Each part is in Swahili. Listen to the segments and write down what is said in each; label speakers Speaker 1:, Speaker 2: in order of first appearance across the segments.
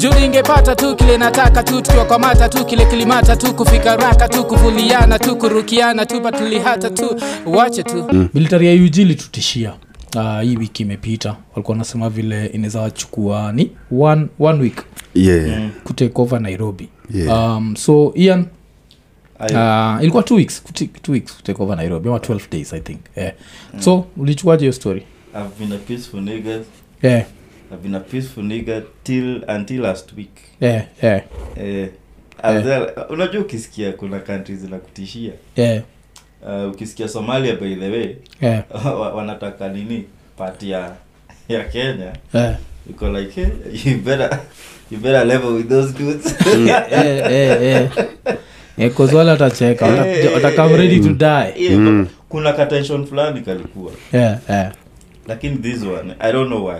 Speaker 1: juu ningepata tu kile nataka tu tukiwakwamata tu kile kilimata tu kufika raka tu kuvuliana tu kurukiana tu patulihata tu wache tu mm.
Speaker 2: militari ya UG litutishia uh, hii wiki imepita walikuwa wanasema vile inaweza wachukua ni one, one week
Speaker 3: yeah
Speaker 2: kutake over nairobi
Speaker 3: Yeah.
Speaker 2: um, so ian uh, ilikuwa two weeks, kuti- two weeks kutake over nairobi ama 12 days i think yeah. so ulichukuaje hiyo story
Speaker 4: I've been a peaceful nigga.
Speaker 2: yeah,
Speaker 4: I've been a peaceful nigga till until last week.
Speaker 2: yeah, yeah,
Speaker 4: Eh,
Speaker 2: Eh.
Speaker 4: as well, unajua ukisikia kuna countries zinakutishia
Speaker 2: yeah,
Speaker 4: uh, ukisikia Somalia by the way
Speaker 2: yeah,
Speaker 4: wa- wanataka nini pati ya ya Kenya
Speaker 2: yeah,
Speaker 4: uko like hey, you better you better level with those dudes
Speaker 2: Mm. yeah, yeah, yeah. Yeah, eh, 'cause wale watacheka
Speaker 4: Eh,
Speaker 2: wata- watakam ready to die
Speaker 4: yeah, mm. kuna katension fulani kalikuwa
Speaker 2: yeah, yeah,
Speaker 4: lakini this one I don't know why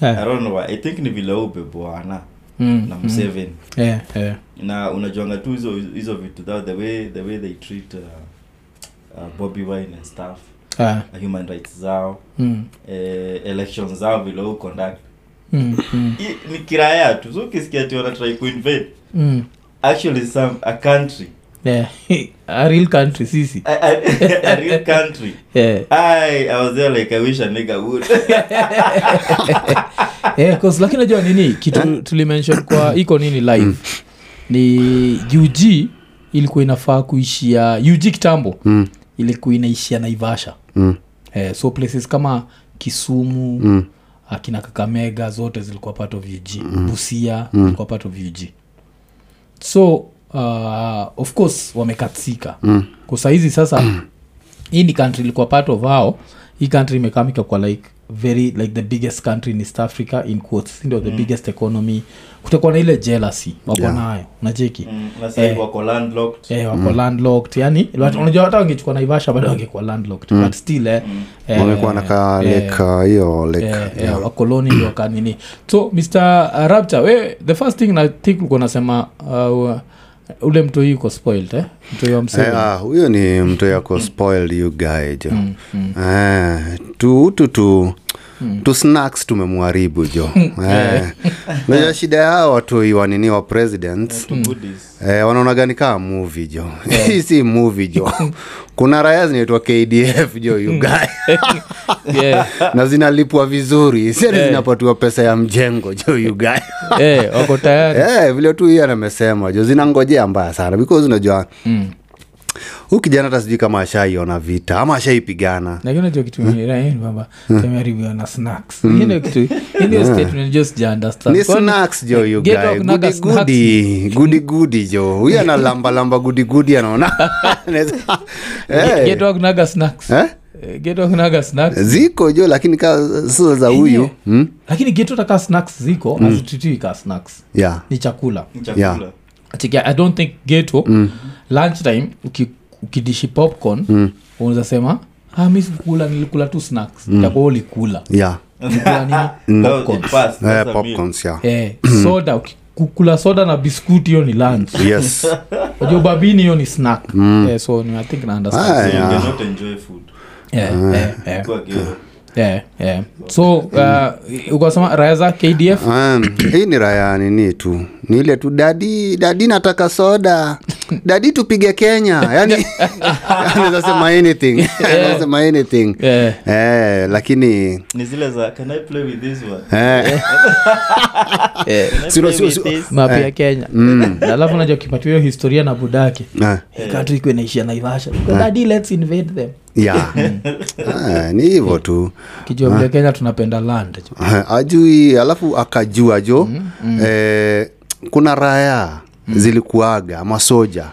Speaker 4: I
Speaker 2: yeah.
Speaker 4: don't know why I think ni vile ubebwana
Speaker 2: Mm,
Speaker 4: na
Speaker 2: Eh. mm.
Speaker 4: Museveni
Speaker 2: yeah, yeah.
Speaker 4: na unajuanga tu hizo hizo vitu that the way the way they treat uh, uh, Bobby Wine and stuff
Speaker 2: Ah,
Speaker 4: uh, human rights zao
Speaker 2: mm,
Speaker 4: eh, elections zao vile wao conduct
Speaker 2: mm, mm,
Speaker 4: I- ni kiraya tu so ukisikia ati wana try kuinvade
Speaker 2: mm.
Speaker 4: actually some a country
Speaker 2: Yeah. a real country sisi
Speaker 4: a, a, a real country
Speaker 2: yeah.
Speaker 4: I, I was there like I wish a nigga would
Speaker 2: yeah, Eh, 'cause lakini najua nini kitu tulimention kwa iko nini live ni ug ilikuwa inafaa kuishia ug kitambo
Speaker 3: Mm.
Speaker 2: ilikuwa inaishia naivasha
Speaker 3: Mm.
Speaker 2: eh, so places kama kisumu
Speaker 3: Mm.
Speaker 2: akina kakamega zote zilikuwa part of ug mm. busia mm. ilikuwa part of ug so uh, of course wamekatsika mm. kusaizi sasa hii ni country ilikuwa part of hao hii country imekamika kwa like very like the biggest country in east africa in quotes ndio the biggest economy kutakuwa na ile jealousy wako
Speaker 3: Mm. Yeah.
Speaker 2: nayo unajeki
Speaker 4: Mm, na sasa
Speaker 2: Eh.
Speaker 4: hivi wako landlocked
Speaker 2: Eh,
Speaker 3: Mm.
Speaker 2: wako landlocked yani watu- unajua hata wangechukua naivasha bado wangekuwa landlocked
Speaker 3: Mm.
Speaker 2: but still eh, eh,
Speaker 3: wamekuwa nakaa
Speaker 2: eh,
Speaker 3: lake uh, hiyo lake
Speaker 2: eh, eh,
Speaker 3: yeah.
Speaker 2: wakoloni ndio wakanini so mr rapta we the first thing na think ulikuwa nasema uh, ule mtoi uko spoiled eh? mtoi wa
Speaker 3: Eh,
Speaker 2: msee
Speaker 3: ah, huyo ni mtu yako spoiled you guy jo Eh, tu hutu tu tu snacks tumemwharibu jo Eh, unajua shida yao watu wanini wa presidents
Speaker 4: to goodies
Speaker 3: Eh, wanaonaga ni kama muvi jo hii si muvi jo kuna raya zinaitwa kdf jo ugaya ah.
Speaker 2: yeah.
Speaker 3: na zinalipwa vizuri sani zinapatiwa pesa ya mjengo jo ugaya
Speaker 2: eh, wako tayari
Speaker 3: Eh, vile tu hiyo amesema jo zinangojea mbaya sana because unajua
Speaker 2: Mm.
Speaker 3: huu kijana hata sijui kama ashaiona vita ama ashaipigana
Speaker 2: lakini unajua kitu
Speaker 3: Hmm.
Speaker 2: ngine kwamba tumeharibiwa na snacks Hiyo ndio kitu hiyo ndio statement just sijaunderstand.
Speaker 3: Ah. ni
Speaker 2: Kwani-
Speaker 3: snacks jo you
Speaker 2: Ghetto
Speaker 3: guy.
Speaker 2: hakunaga
Speaker 3: Goody
Speaker 2: snacks.
Speaker 3: goody. Goody goody jo huyu ana lamba lamba goody goody anaona Anaweza- Eh.
Speaker 2: Ghetto hakunaga snacks
Speaker 3: Eh?
Speaker 2: Eh, ghetto hakunaga snacks
Speaker 3: ziko jo lakini ka sasa za huyu
Speaker 2: Yenyewe.
Speaker 3: hmm?
Speaker 2: lakini geto takaa snacks ziko hazititiwi kaa snacks
Speaker 3: yeah.
Speaker 2: ni chakula
Speaker 4: ni chakula
Speaker 3: Yeah.
Speaker 2: Chiki, i don't think geto mm. lunchtime uki, ukidishi popcorn mm. unaweza sema ah, mi sikukula nilikula tu snacks mm. takuwa ulikula
Speaker 3: Yeah.
Speaker 2: ulikula nini
Speaker 4: That was
Speaker 2: Popcorns.
Speaker 4: the past,
Speaker 3: Eh,
Speaker 4: that's a meal.
Speaker 3: popcorns, yeah.
Speaker 2: eh, soda uki- kukula soda na biskuti hiyo ni lunch
Speaker 3: Yes.
Speaker 2: unajua babini hiyo ni snack eh, so ni- i think na understand
Speaker 3: Ah,
Speaker 4: So you
Speaker 3: yeah.
Speaker 4: cannot enjoy food.
Speaker 2: eh, eh, eh,
Speaker 4: Kwa hiyo,
Speaker 2: eh, eh. so uh, ukasema raya za kdf
Speaker 3: Um, hii ni raya nini tu ni ile tu dadi dadi nataka soda dadi tupige kenya Yaani, yani anaweza sema anything anaweza sema anything
Speaker 2: eh,
Speaker 3: eh, lakini
Speaker 4: ni zile za can I play with this one?
Speaker 3: eh,
Speaker 2: eh.
Speaker 4: Can I
Speaker 3: Sio,
Speaker 4: play
Speaker 3: sio,
Speaker 4: with
Speaker 3: sio.
Speaker 4: this?
Speaker 2: mapia eh. kenya mm. alafu naja ukipatiwa hiyo historia na budake
Speaker 3: eh,
Speaker 2: katu iko inaishia naivasha dadi lets invade them
Speaker 3: yeah.
Speaker 4: Mm.
Speaker 3: Ah, ni hivyo tu
Speaker 2: kijua vile kenya tunapenda land
Speaker 3: Eh, ajui alafu akajua jo
Speaker 4: Mm,
Speaker 3: eh, kuna raya zilikuaga masoja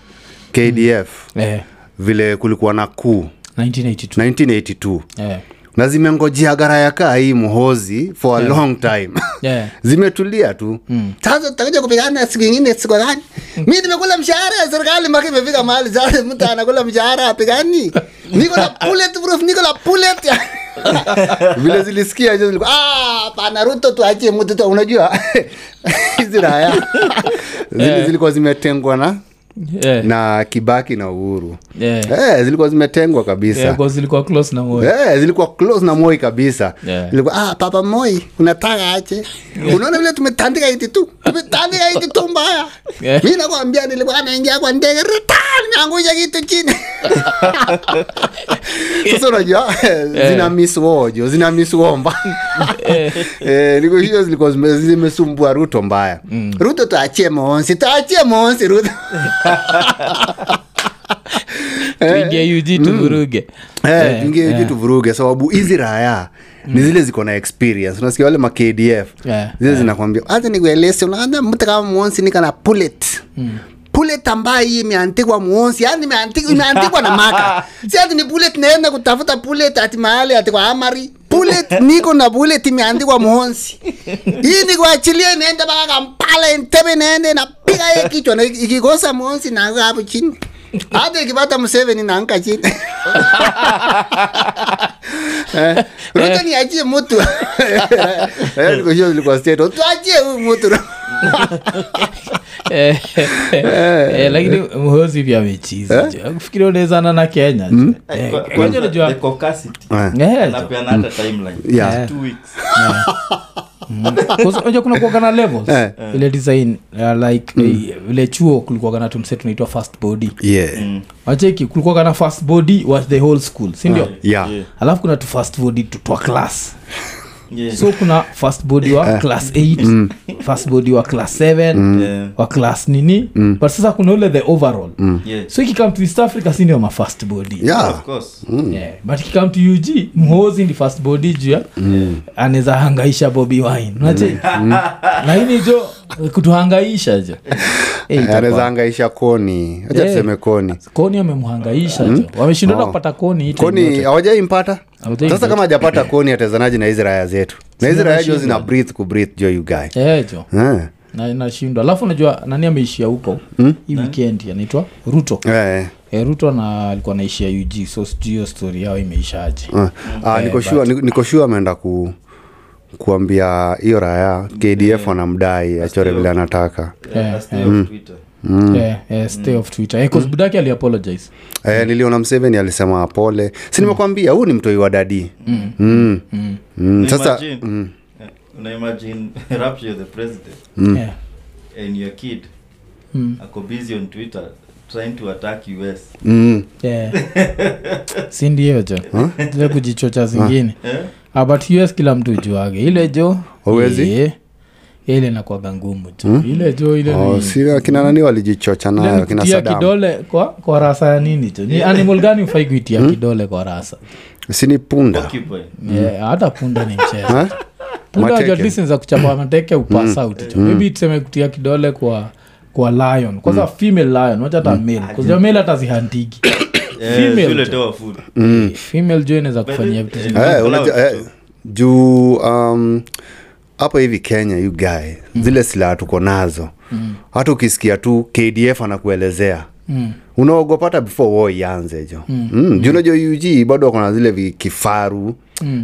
Speaker 3: kdf
Speaker 4: Mm.
Speaker 2: eh,
Speaker 3: vile kulikuwa na kuu
Speaker 2: 1982
Speaker 3: 1982
Speaker 2: eh.
Speaker 3: na zimengojea garaya kaa hii mhozi for a long time
Speaker 2: Yeah. Mm.
Speaker 3: zimetulia tu sasa tutakuja kupigana siku ingine siku gani mi nimekula mshahara ya serikali maki imefika mahali sasa mtu anakula mshahara apigani niko na bullet proof niko na bullet vile zilisikia hizo zilikuwa ah pana ruto tuachie
Speaker 2: Eh.
Speaker 3: mtu tu unajua hizi raya zile zilikuwa zimetengwa na
Speaker 2: yeah.
Speaker 3: na kibaki na uhuru
Speaker 2: yeah.
Speaker 3: eh, zilikuwa zimetengwa kabisa
Speaker 2: yeah, 'cause zilikuwa close na moyo
Speaker 3: Eh, zilikuwa close na moi kabisa
Speaker 2: Yeah.
Speaker 3: Zilikuwa, ah, papa moi unataka ache unaona vile tumetandika iti tu tumetandika iti tu mbaya
Speaker 2: Yeah.
Speaker 3: mi nakwambia nilikuwa naingia kwa ndege rita nimeangusha kitu chini sasa unajua eh, zina miswojo zina miswomba Eh, niko- hiyo zilikuwa zime- zimesumbua ruto mbaya
Speaker 2: Mm.
Speaker 3: ruto tuachie monsi tuachie monsi ruto
Speaker 2: tuingie UG tuvuruge
Speaker 3: Eh,
Speaker 2: Yeah,
Speaker 3: tuingie
Speaker 2: yeah.
Speaker 3: hivi tuvuruge sababu hizi raya ni zile ziko na experience unasikia wale makdf
Speaker 2: Yeah,
Speaker 3: zile zinakwambia hata nikueleze unaanza mtu kama mwonsi nika na pulet pulet ambayo hii imeandikwa mwonsi yani imeandikwa imeandikwa na maka si ati ni pulet naenda kutafuta pulet ati mahali ati kwa amari pulet niko na pulet imeandikwa mwonsi hii nikuachilia naenda mpaka kampala entebe naende napiga ye kichwa na iki- ikikosa mwonsi naanguka hapo chini hata ikipata mseveni naanguka chini Eh, ruto niachie mutu
Speaker 2: Yaani
Speaker 3: Eh, niko hiyo ilikuwa state tuachie huyu mutu
Speaker 2: Eh, eh, lakini mhozi pia amechiza kufikiria unaezana na kenya Eh, kwanza unajua- Eh, jo.
Speaker 3: Yeah.
Speaker 2: Kwanza unajua kuna kuwaga na levels
Speaker 3: Eh. Mm.
Speaker 2: ile design uh, like eh, vile chuo kulikuwaga na tumse tunaitwa first body
Speaker 3: Yeah.
Speaker 2: Mm.
Speaker 4: Mm.
Speaker 2: wacheki kulikuwaga na first body wa the whole school sindio
Speaker 3: Yeah.
Speaker 2: alafu kuna tu first body tu twa class so kuna first body
Speaker 3: Eh.
Speaker 2: wa class 8
Speaker 3: Mm.
Speaker 2: first body wa class 7 wa class nini
Speaker 3: Mm.
Speaker 2: but sasa kuna ule the overall so ikikam to east africa sindio ma first body
Speaker 3: Yeah. Hmm.
Speaker 2: yeah. but ikikam to ug mhozi ni first body juu ya
Speaker 3: Hmm.
Speaker 2: anaweza hangaisha bobi wine naje lakini jo kutuhangaisha jo Eh, itakuwa-
Speaker 3: anaweza hangaisha koni acha
Speaker 2: Yeah.
Speaker 3: tuseme koni
Speaker 2: koni amemhangaisha jo wameshindana
Speaker 3: Oh.
Speaker 2: kupata koni hii time
Speaker 3: koni
Speaker 2: yote.
Speaker 3: hawajaimpata
Speaker 2: Hawajaimpata.
Speaker 3: sasa kama hajapata koni atezanaji na hizi raya zetu na hizi raya jo zina breath kubreath jo ugae
Speaker 2: Eh, jo Na- nashindwa alafu unajua nani ameishia huko
Speaker 3: Hmm?
Speaker 2: hii weekend anaitwa ruto Eh, ruto na alikuwa naishia ug so sijui hiyo stori yao imeishaje
Speaker 3: Ah,
Speaker 2: Eh, but-
Speaker 3: nikoshua ameenda ku kuambia hiyo raya kdf wanamdai achore vile anataka Hmm.
Speaker 2: Eh, eh, stay off twitter Eh, 'cause budake aliapologize
Speaker 3: eh, niliona mseveni alisema pole si nimekwambia huu ni mtoi wa dadii
Speaker 2: Hmm.
Speaker 3: mm. Mm. Mm. sasa mm. Hmm.
Speaker 2: Eh, hmm.
Speaker 4: akobusy on twitter trying to attack us
Speaker 3: Mm.
Speaker 2: eh. si ndio jo zile kujichocha zingine
Speaker 4: eh?
Speaker 2: Ah, but us kila mtu juage ile jo
Speaker 3: Huwezi?
Speaker 2: eh, ile nakwaga ngumu jo ile jo ile
Speaker 3: Oh,
Speaker 2: ni-
Speaker 3: si akina nani walijichocha
Speaker 2: ile
Speaker 3: nayo
Speaker 2: ni
Speaker 3: kina
Speaker 2: kutia
Speaker 3: sadam
Speaker 2: kidole kwa, kwa rasa ya nini jo ni animal gani ufai kuitia
Speaker 3: Hmm?
Speaker 2: kidole kwa rasa
Speaker 3: sini punda
Speaker 4: Occupy.
Speaker 2: Eh, hata punda ni mchezo
Speaker 3: Eh? Hmm. Mateke. Hmm.
Speaker 2: pundaatlistza kuchapa mateke upasauti mm. maybe tuseme kutia kidole kwa kwa lion kwanza
Speaker 3: Hmm.
Speaker 2: female lion wacha hata male kuzia male hata zihantiki
Speaker 4: Eh,
Speaker 2: Female
Speaker 4: shule
Speaker 2: tu.
Speaker 4: toa food.
Speaker 3: Hmm.
Speaker 2: female jo inaweza kufanyia vitu zingine.
Speaker 4: Eh,
Speaker 3: Eh, unajua-
Speaker 4: cloud
Speaker 3: eh,
Speaker 4: tu.
Speaker 3: juu um, hapo hivi kenya you guy zile silaha tuko nazo hata ukisikia tu kdf anakuelezea mm unaogopa hata before war ianze jo mm. mm. Mm. juu unajua ug bado wako na zile vi- kifaru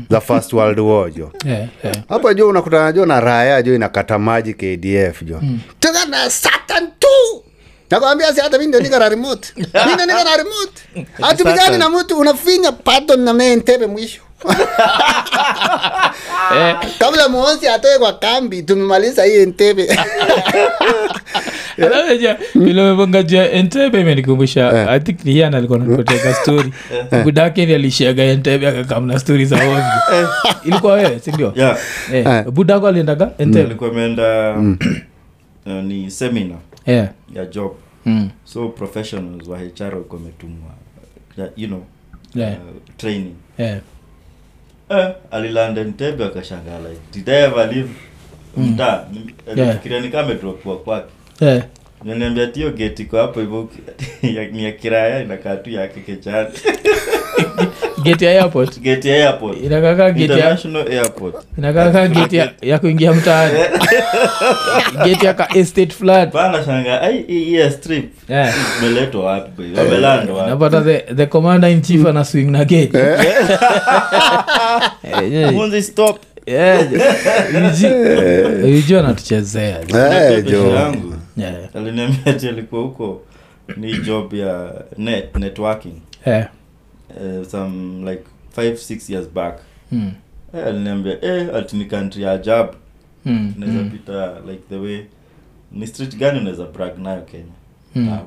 Speaker 3: za first world war jo
Speaker 2: Eh, eh.
Speaker 3: hapa jo unakutana jo na raya jo inakata maji kdf jo mm. toka na satan tu nakwambia si hata mi ndio niko na remote mi ndio niko na remote hatupigani na mtu unafinya pato na mee ntebe mwisho kabla mwonsi atoe kwa kambi tumemaliza hii ntebe
Speaker 2: Alafu unajua,
Speaker 4: Hmm.
Speaker 2: vile umebonga juu ya entebe
Speaker 4: Eh.
Speaker 2: imenikumbusha i think ni yana alikuwa nakoteka
Speaker 4: Hmm.
Speaker 2: stori budake ni alishiaga entebe akakamna stori za ovyo ilikuwa wewe sindio
Speaker 4: Eh. Yeah. Hmm.
Speaker 2: eh, budako aliendaga entebe
Speaker 4: Alikuwa ameenda eh, ni seminar
Speaker 2: eh.
Speaker 4: ya job
Speaker 2: mm.
Speaker 4: so professionals wa hr walikuwa wametumwa ya- you know
Speaker 2: Yeah.
Speaker 4: uh, training
Speaker 2: eh.
Speaker 4: eh, alilanda ntebe akashangaa like did I ever leave mtaa alifikiria ni kama amedropiwa kwake
Speaker 2: eh.
Speaker 4: naniambia tiyo geti kwa hapo hivyo ya- ni ya kiraya inakaa tu yake kechani
Speaker 2: geti ya airport
Speaker 4: geti ya airport
Speaker 2: inakaka geti ya
Speaker 4: international airport
Speaker 2: inakaka geti ya, ya kuingia mtaani
Speaker 4: Eh.
Speaker 2: geti ya ka estate flat
Speaker 4: bana shanga ai hii- hii ya strip
Speaker 2: Eh.
Speaker 4: imeletwa wapi bwana? wamelanda wapi
Speaker 2: napata the, the commander in chief ana swing na geti Eh, yeah,
Speaker 4: Munzi "Ah, stop
Speaker 2: yeah. Yaani? Yuji- Yuji anatuchezea
Speaker 3: Eh,
Speaker 4: Napiga
Speaker 3: jo.
Speaker 4: yangu.
Speaker 2: Yeah.
Speaker 4: aliniambia ati alikuwa huko ni job ya net networking
Speaker 2: eh,
Speaker 4: uh, some like five six years back
Speaker 2: mm,
Speaker 4: Eh, aliniambia eh, ati ni country ya ajabu
Speaker 2: mm,
Speaker 4: unaweza
Speaker 2: mm,
Speaker 4: pita like the way ni street gani unaweza brag nayo kenya
Speaker 2: Mm.
Speaker 4: Now.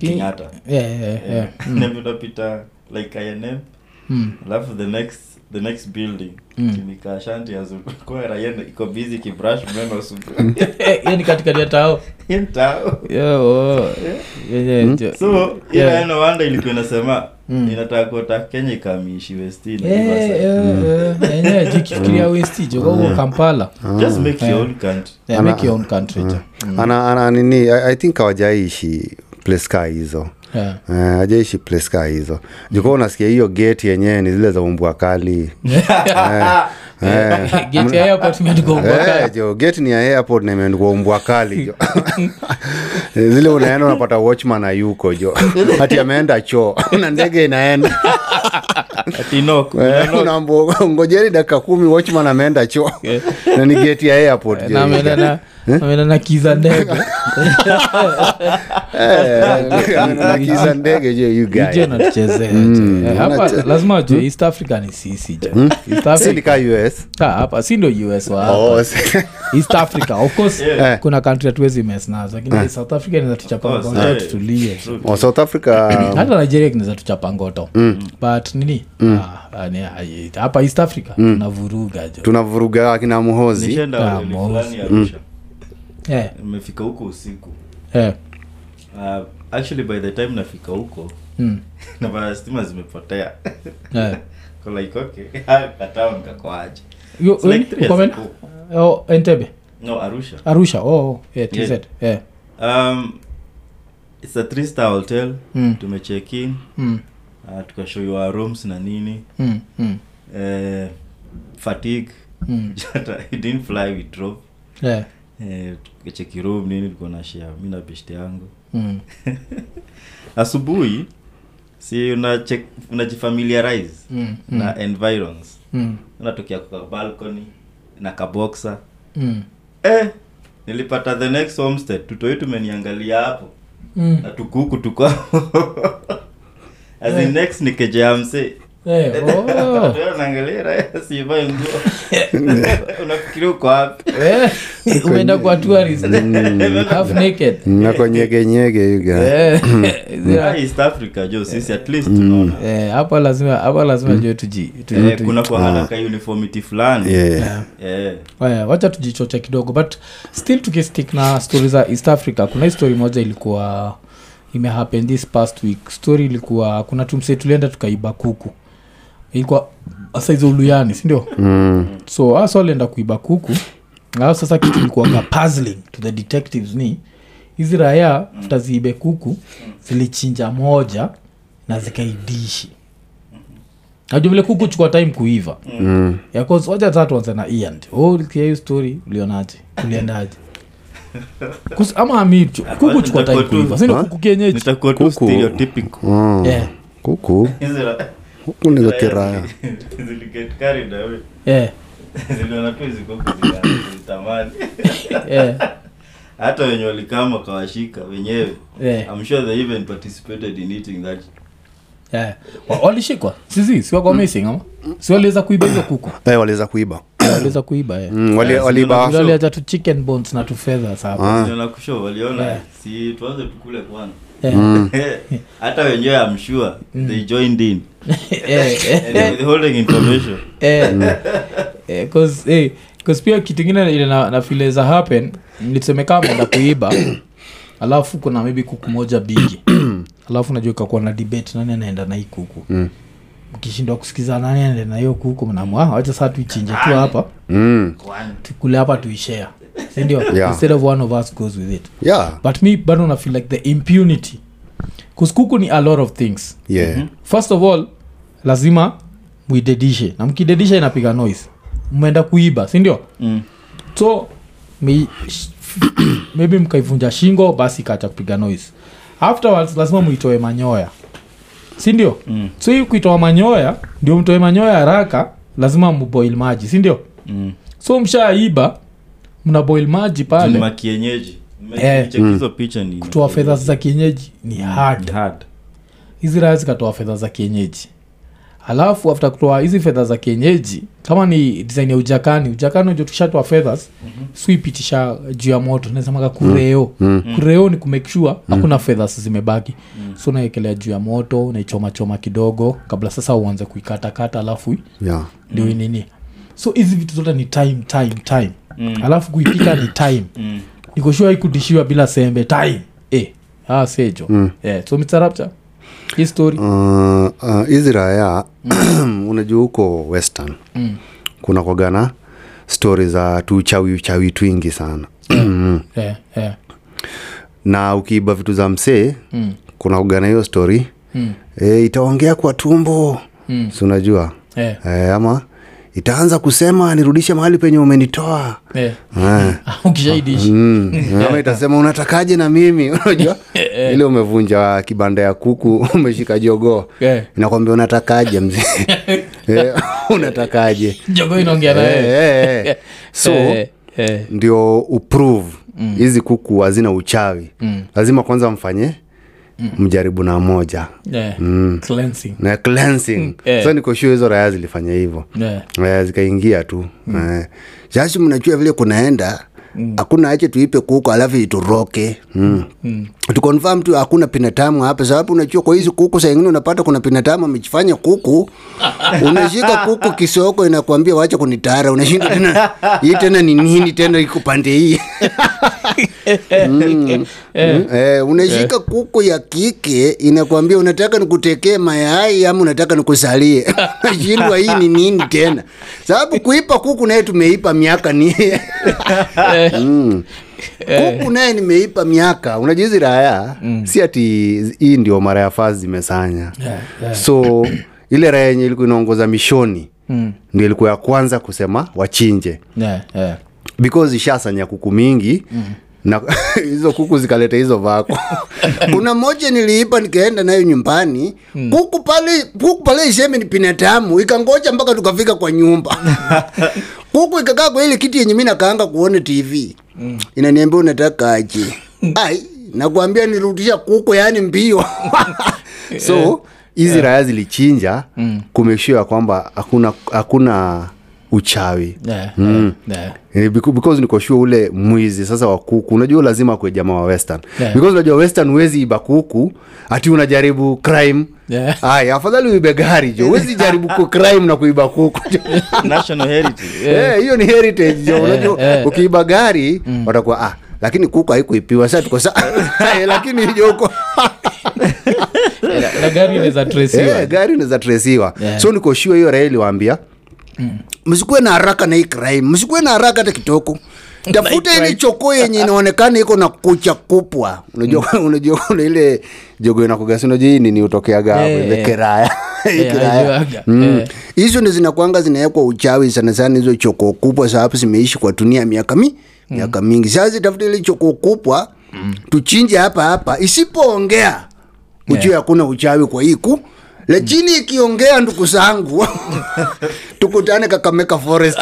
Speaker 4: kenyatta
Speaker 2: yeah, yeah, yeah, mm,
Speaker 4: Nami utapita like inm
Speaker 2: mm,
Speaker 4: alafu the next the next building
Speaker 2: Mm.
Speaker 4: kimikaa shanti yazukua rayen iko busy kibrush meno suku
Speaker 2: Eh, hiyo ni katikati ya tao
Speaker 4: intao
Speaker 2: Yeah, oh, yeah,
Speaker 5: Hmm?
Speaker 2: yeah,
Speaker 4: so
Speaker 2: yeah.
Speaker 4: ila eno wanda ilikuwa inasema
Speaker 2: Mm.
Speaker 4: inataka kuota kenya ikamiishi westini
Speaker 2: Eh,
Speaker 5: Hmm.
Speaker 2: eh, eh, enyewe jikifikiria westijo kwa huko kampala
Speaker 5: Hmm.
Speaker 4: just make your
Speaker 2: Eh.
Speaker 4: own country
Speaker 2: Yeah,
Speaker 5: Ana-
Speaker 2: make your own country
Speaker 5: Hmm.
Speaker 2: ja.
Speaker 5: ana, ana nini i, I think hawajaishi place kaa hizo
Speaker 2: Yeah.
Speaker 3: Eh,
Speaker 5: Uh, ajaishi place kaa hizo jukuwa unasikia hiyo geti yenyewe ni zile za umbwa kali Eh, eh.
Speaker 2: Gate ya airport imeandikwa
Speaker 5: Eh,
Speaker 2: Uganda.
Speaker 5: jo geti ni ya airport na imeandikwa umbwa kali jo zile unaenda unapata watchman ayuko jo hati ameenda choo na ndege inaenda
Speaker 4: atinok
Speaker 5: Eh, unaambiwa, ngojeni dakika kumi watchman ameenda choo na ni geti ya airport jo
Speaker 2: Eh. Na ameenda na-
Speaker 5: Hmm?
Speaker 2: ameenda na kiza ndege
Speaker 5: Eh, anakiza ndege jo you guy.
Speaker 2: Ije natuchezea
Speaker 5: Mm,
Speaker 2: tu. Eh, hapa
Speaker 5: unache-
Speaker 2: lazima ujue east africa ni sisi jo.
Speaker 5: Mm.
Speaker 2: East
Speaker 5: Si ni
Speaker 2: Africa-
Speaker 5: kaa US
Speaker 2: Ah, hapa si ndo us wa hapa.
Speaker 5: Oh, si-
Speaker 2: east africa of course
Speaker 4: Yeah.
Speaker 2: kuna country hatuwezi mess nazo
Speaker 5: Eh.
Speaker 2: lakini south africa inaweza tuchapa
Speaker 4: Of course,
Speaker 2: ngoto
Speaker 4: yeah.
Speaker 2: tutulie
Speaker 5: Oh, south africa
Speaker 2: hata nigeria inaweza tuchapa ngoto
Speaker 5: Mm.
Speaker 2: but nini Ah, ah, ni- ah, eh, hapa east africa
Speaker 5: Mm.
Speaker 2: tunavuruga jo
Speaker 5: tunavuruga akina muhozi
Speaker 4: nishenda
Speaker 2: Ah,
Speaker 4: hoteli
Speaker 2: Moz.
Speaker 4: fulani arusha
Speaker 2: Eh,
Speaker 4: nimefika huko usiku
Speaker 2: eh,
Speaker 4: uh, actually by the time nafika huko
Speaker 2: mm,
Speaker 4: nabaya stima zimepotea
Speaker 2: eh.
Speaker 4: Ko like okay kataa nikakoaje
Speaker 2: Yo-
Speaker 4: It's like
Speaker 2: nini?
Speaker 4: three
Speaker 2: Uko
Speaker 4: years
Speaker 2: wapi?
Speaker 4: ago.
Speaker 2: Oh, entebe
Speaker 4: no arusha
Speaker 2: arusha oh, oh, yeah, TZ.
Speaker 4: Yeah.
Speaker 2: Yeah.
Speaker 4: um, it's a three star hotel
Speaker 2: Mm.
Speaker 4: tumecheck in
Speaker 2: Mm,
Speaker 4: uh, tukashowiwa rooms na nini
Speaker 2: mm, mm,
Speaker 4: uh, fatigue
Speaker 2: mm.
Speaker 4: Jata- I didn't fly we drove
Speaker 2: Yeah,
Speaker 4: Eh, tukacheki room nini tulikuwa na share mi na best yangu
Speaker 2: mm.
Speaker 4: asubuhi si una check unajifamiliarize
Speaker 2: Mm,
Speaker 4: na environs
Speaker 2: mm,
Speaker 4: unatokea kwa balcony na kaboxa
Speaker 2: mm,
Speaker 4: eh, nilipata the next homestead tutoi tumeniangalia hapo
Speaker 2: mm.
Speaker 4: na tukuku tuko as in next nikejea mse
Speaker 2: Eh, oh.
Speaker 4: naangalia raya sivae nguo unafikiria uko wapi
Speaker 2: Eh, umeenda kwa tourist half naked
Speaker 5: Mm, na konyegenyege uga
Speaker 2: Eh,
Speaker 4: Ah,
Speaker 2: yeah.
Speaker 4: east africa jo sisi at least tunaona
Speaker 2: Eh, hapa lazima hapa lazima jue tuji tuji-
Speaker 4: Eh,
Speaker 2: tuji-
Speaker 4: kuna kwa haraka uniformity fulani
Speaker 5: Yeah.
Speaker 4: Eh,
Speaker 2: Eh, wacha tujichoche kidogo but still tukistick na stori za east africa kuna hii story moja ilikuwa imehappen this past week story ilikuwa kuna tumse tulienda tukaiba kuku ilikuwa asaizo uluyani sindio
Speaker 5: Mm.
Speaker 2: so hasa walienda kuiba kuku ao sasa kitu ilikuwaga puzzling to the detectives ni hizi raya afta ziibe kuku zilichinja moja na zikaidishi najua vile kuku chukua time kuiva
Speaker 5: Mm.
Speaker 2: yakowacha saa tuanze na iand ulikia hiyo story ulionaje uliendaje Kus- ama amicho kuku chukua time
Speaker 4: Nitakuwa tu-
Speaker 2: kuiva sini
Speaker 5: Ha?
Speaker 2: kuku kienyeji
Speaker 4: nitakuwa tu
Speaker 5: Kuku.
Speaker 4: stereotypical
Speaker 5: Mm.
Speaker 2: Yeah.
Speaker 5: kuku
Speaker 4: Hizi ra-
Speaker 5: kuku nizo
Speaker 4: raya
Speaker 5: kiraya
Speaker 4: zili- ziliget carried away.
Speaker 2: Eh,
Speaker 4: ziliona tu ziko kuzitamani
Speaker 2: eh,
Speaker 4: hata wenye walikama kawashika wenyewe
Speaker 2: eh,
Speaker 4: I'm sure they even participated in eating that
Speaker 2: eh. Wa- walishikwa sisi siwakwa missing ama si waliweza kuiba hizo kuku
Speaker 3: Mm.
Speaker 5: Eh, waliweza kuiba
Speaker 2: waliweza kuiba eh.
Speaker 5: Mm, wali-
Speaker 4: Yes,
Speaker 5: waliiba
Speaker 4: so-
Speaker 2: aliacha tu chicken bones na tu feathers hapa
Speaker 5: Ah.
Speaker 4: Niliona kusho waliona
Speaker 2: Yeah.
Speaker 4: si tuanze tukule kwanza
Speaker 2: Eh,
Speaker 4: Mm. hata wenyewe I'm sure
Speaker 2: Mm.
Speaker 4: they joined in
Speaker 2: eh, eh,
Speaker 4: and they were holding information
Speaker 2: eh, eh, 'cause, eh, 'cause pia kitu ingine ile na, na feel za happen nilisemeka ameenda kuiba alafu kuna maybe kuku moja bigi alafu najua ikakuwa na debate nani anaenda na hii kuku
Speaker 5: Mm.
Speaker 2: mkishindwa kusikiza nani anaenda na hiyo kuku mnamwa wacha saa tuichinje tu hapa
Speaker 5: Mm.
Speaker 4: Kwani?
Speaker 2: tukule hapa tuishare sindio
Speaker 5: Yeah.
Speaker 2: instead of one of us goes with it
Speaker 5: yeah
Speaker 2: but mi bado na feel like the impunity kuskuku ni a lot of things
Speaker 5: yeah
Speaker 2: first of all lazima muidedishe na mkidedisha inapiga noise mmeenda kuiba sindio
Speaker 4: Mm.
Speaker 2: so mi, maybe mkaivunja shingo basi ikaacha kupiga noise afterwards lazima muitoe manyoya sindio mm. so hii kuitoa manyoya ndio mtoe manyoya haraka lazima mboil maji sindio
Speaker 4: Mm.
Speaker 2: so mshaiba mna boil maji pale
Speaker 4: Makienyeji
Speaker 2: Eh.
Speaker 4: Check hizo picha ni
Speaker 2: kutoa fedha za kienyeji ni hard
Speaker 4: hard
Speaker 2: hizi raya zikatoa fedha za kienyeji alafu after kutoa hizi fedha za kienyeji kama ni design ya ujakani ujakani ujo tukishatoa fedhas mm-hmm. suipitisha juu ya moto nasemaga kureo mm-hmm. kureo ni kumake sure mm-hmm. hakuna fedhas zimebaki mm-hmm. so unaekelea juu ya moto unaichomachoma kidogo kabla sasa uanze kuikatakata alafu
Speaker 3: yeah.
Speaker 2: ndio inini so hizi vitu zote ni time time time mm. alafu kuipika ni time mm. nikoshua ikudishiwa bila sembe time eh, ah, sejo mm. yeah. so mitsarapcha hii story mm.
Speaker 3: uh, uh, hizi raya unajua huko western mm. kuna kwagana stori za tuchawi uchawi twingi sana
Speaker 2: yeah, yeah.
Speaker 3: na ukiiba vitu za msee mm. kuna kwagana hiyo stori
Speaker 2: Mm.
Speaker 3: e, itaongea kwa tumbo mm. si unajua
Speaker 2: Yeah,
Speaker 3: e, ama itaanza kusema nirudishe mahali penye umenitoa
Speaker 2: yeah.
Speaker 3: Eh.
Speaker 2: ukishaidishi
Speaker 3: Mm. ama itasema unatakaje na mimi unajua ile umevunja kibanda ya kuku umeshika jogoo
Speaker 2: Eh.
Speaker 3: inakwambia unatakaje mzee Eh, unatakaje
Speaker 2: jogo inaongea eh,
Speaker 3: Eh,
Speaker 2: nawe
Speaker 3: eh, eh. so ndio uprove hizi kuku hazina uchawi lazima kwanza mfanye mjaribu na moja Mm. na cleansing
Speaker 2: eh.
Speaker 3: so nikoshua hizo raya zilifanya hivyo Eh, zikaingia tu Eh, sasa mnajua vile kunaenda hakuna ache tuipe kuku alafu itoroke mm. mm. tukonfam tu hakuna pinatamu hapa sababu unajua kwa hizi kuku saa ingine unapata kuna pinatamu amejifanya kuku unashika kuku kisoko inakwambia wacha kunitara unashinda tena hii tena ni nini tena iko pande hii Mm. Mm. Eh, unashika kuku ya kike inakwambia unataka nikutekee mayai ama unataka nikusalie nashindwa hii ni nini tena sababu kuipa kuku naye tumeipa miaka ni Mm. kuku naye nimeipa miaka unajizi raya si ati hii ndio mara ya faa zimesanya
Speaker 2: eh,
Speaker 3: Eh. so ile raya yenye ilikuwa inaongoza mishoni ndio ilikuwa ya kwanza kusema wachinje
Speaker 2: eh,
Speaker 3: because ishasanya kuku mingi mm na hizo kuku zikaleta hizo vako kuna moja niliipa nikaenda nayo nyumbani kuku pale kuku pale iseme ni pinatamu ikangoja mpaka tukafika kwa nyumba kuku ikakaa kwa ile kiti yenye mi nakaanga kuona tv inaniambia unatakaje ai nakuambia nirudisha kuku yaani mbio so hizi raya zilichinja kumekshua ya kwamba hakuna hakuna uchawi Eh, becau- because nikoshua ule mwizi sasa wa kuku unajua lazima kwe jamaa wa western
Speaker 2: Yeah.
Speaker 3: because unajua western huwezi iba kuku ati unajaribu crime
Speaker 2: Yeah.
Speaker 3: aya afadhali uibe gari jo huwezi jaribu ku crime na kuiba kuku jo.
Speaker 4: national heritage
Speaker 3: Eh, hiyo ni heritage jo unajua ukiiba gari
Speaker 2: Mm.
Speaker 3: watakuwa ah lakini kuku haikuipiwa sa tuko sa Eh, lakini joko
Speaker 2: na gari inaweza
Speaker 3: Eh,
Speaker 2: tresiwa
Speaker 3: gari nazatresiwa
Speaker 2: Yeah.
Speaker 3: so nikoshua hiyo raha iliwaambia msikuwe na haraka na hii crime msikuwe na haraka hata kitoko tafuta ile choko yenye inaonekana iko na kucha kupwa unajua unajua kuna ile jogo inakugasi unajua hii nini utokeaga hapo
Speaker 2: Eh,
Speaker 3: ile
Speaker 2: eh.
Speaker 3: kiraya Hii
Speaker 2: Eh,
Speaker 3: kiraya.
Speaker 2: najuaga.
Speaker 3: Mm.
Speaker 2: Eh.
Speaker 3: hizo ndo zinakwanga zinawekwa uchawi sana sana hizo choko kupwa sababu zimeishi kwa dunia miaka mi miaka mingi sasa zitafuta ile choko kupwa tuchinje hapa hapa isipoongea ujue hakuna uchawi kwa hiku lakini ikiongea ndugu zangu tukutane kakameka forest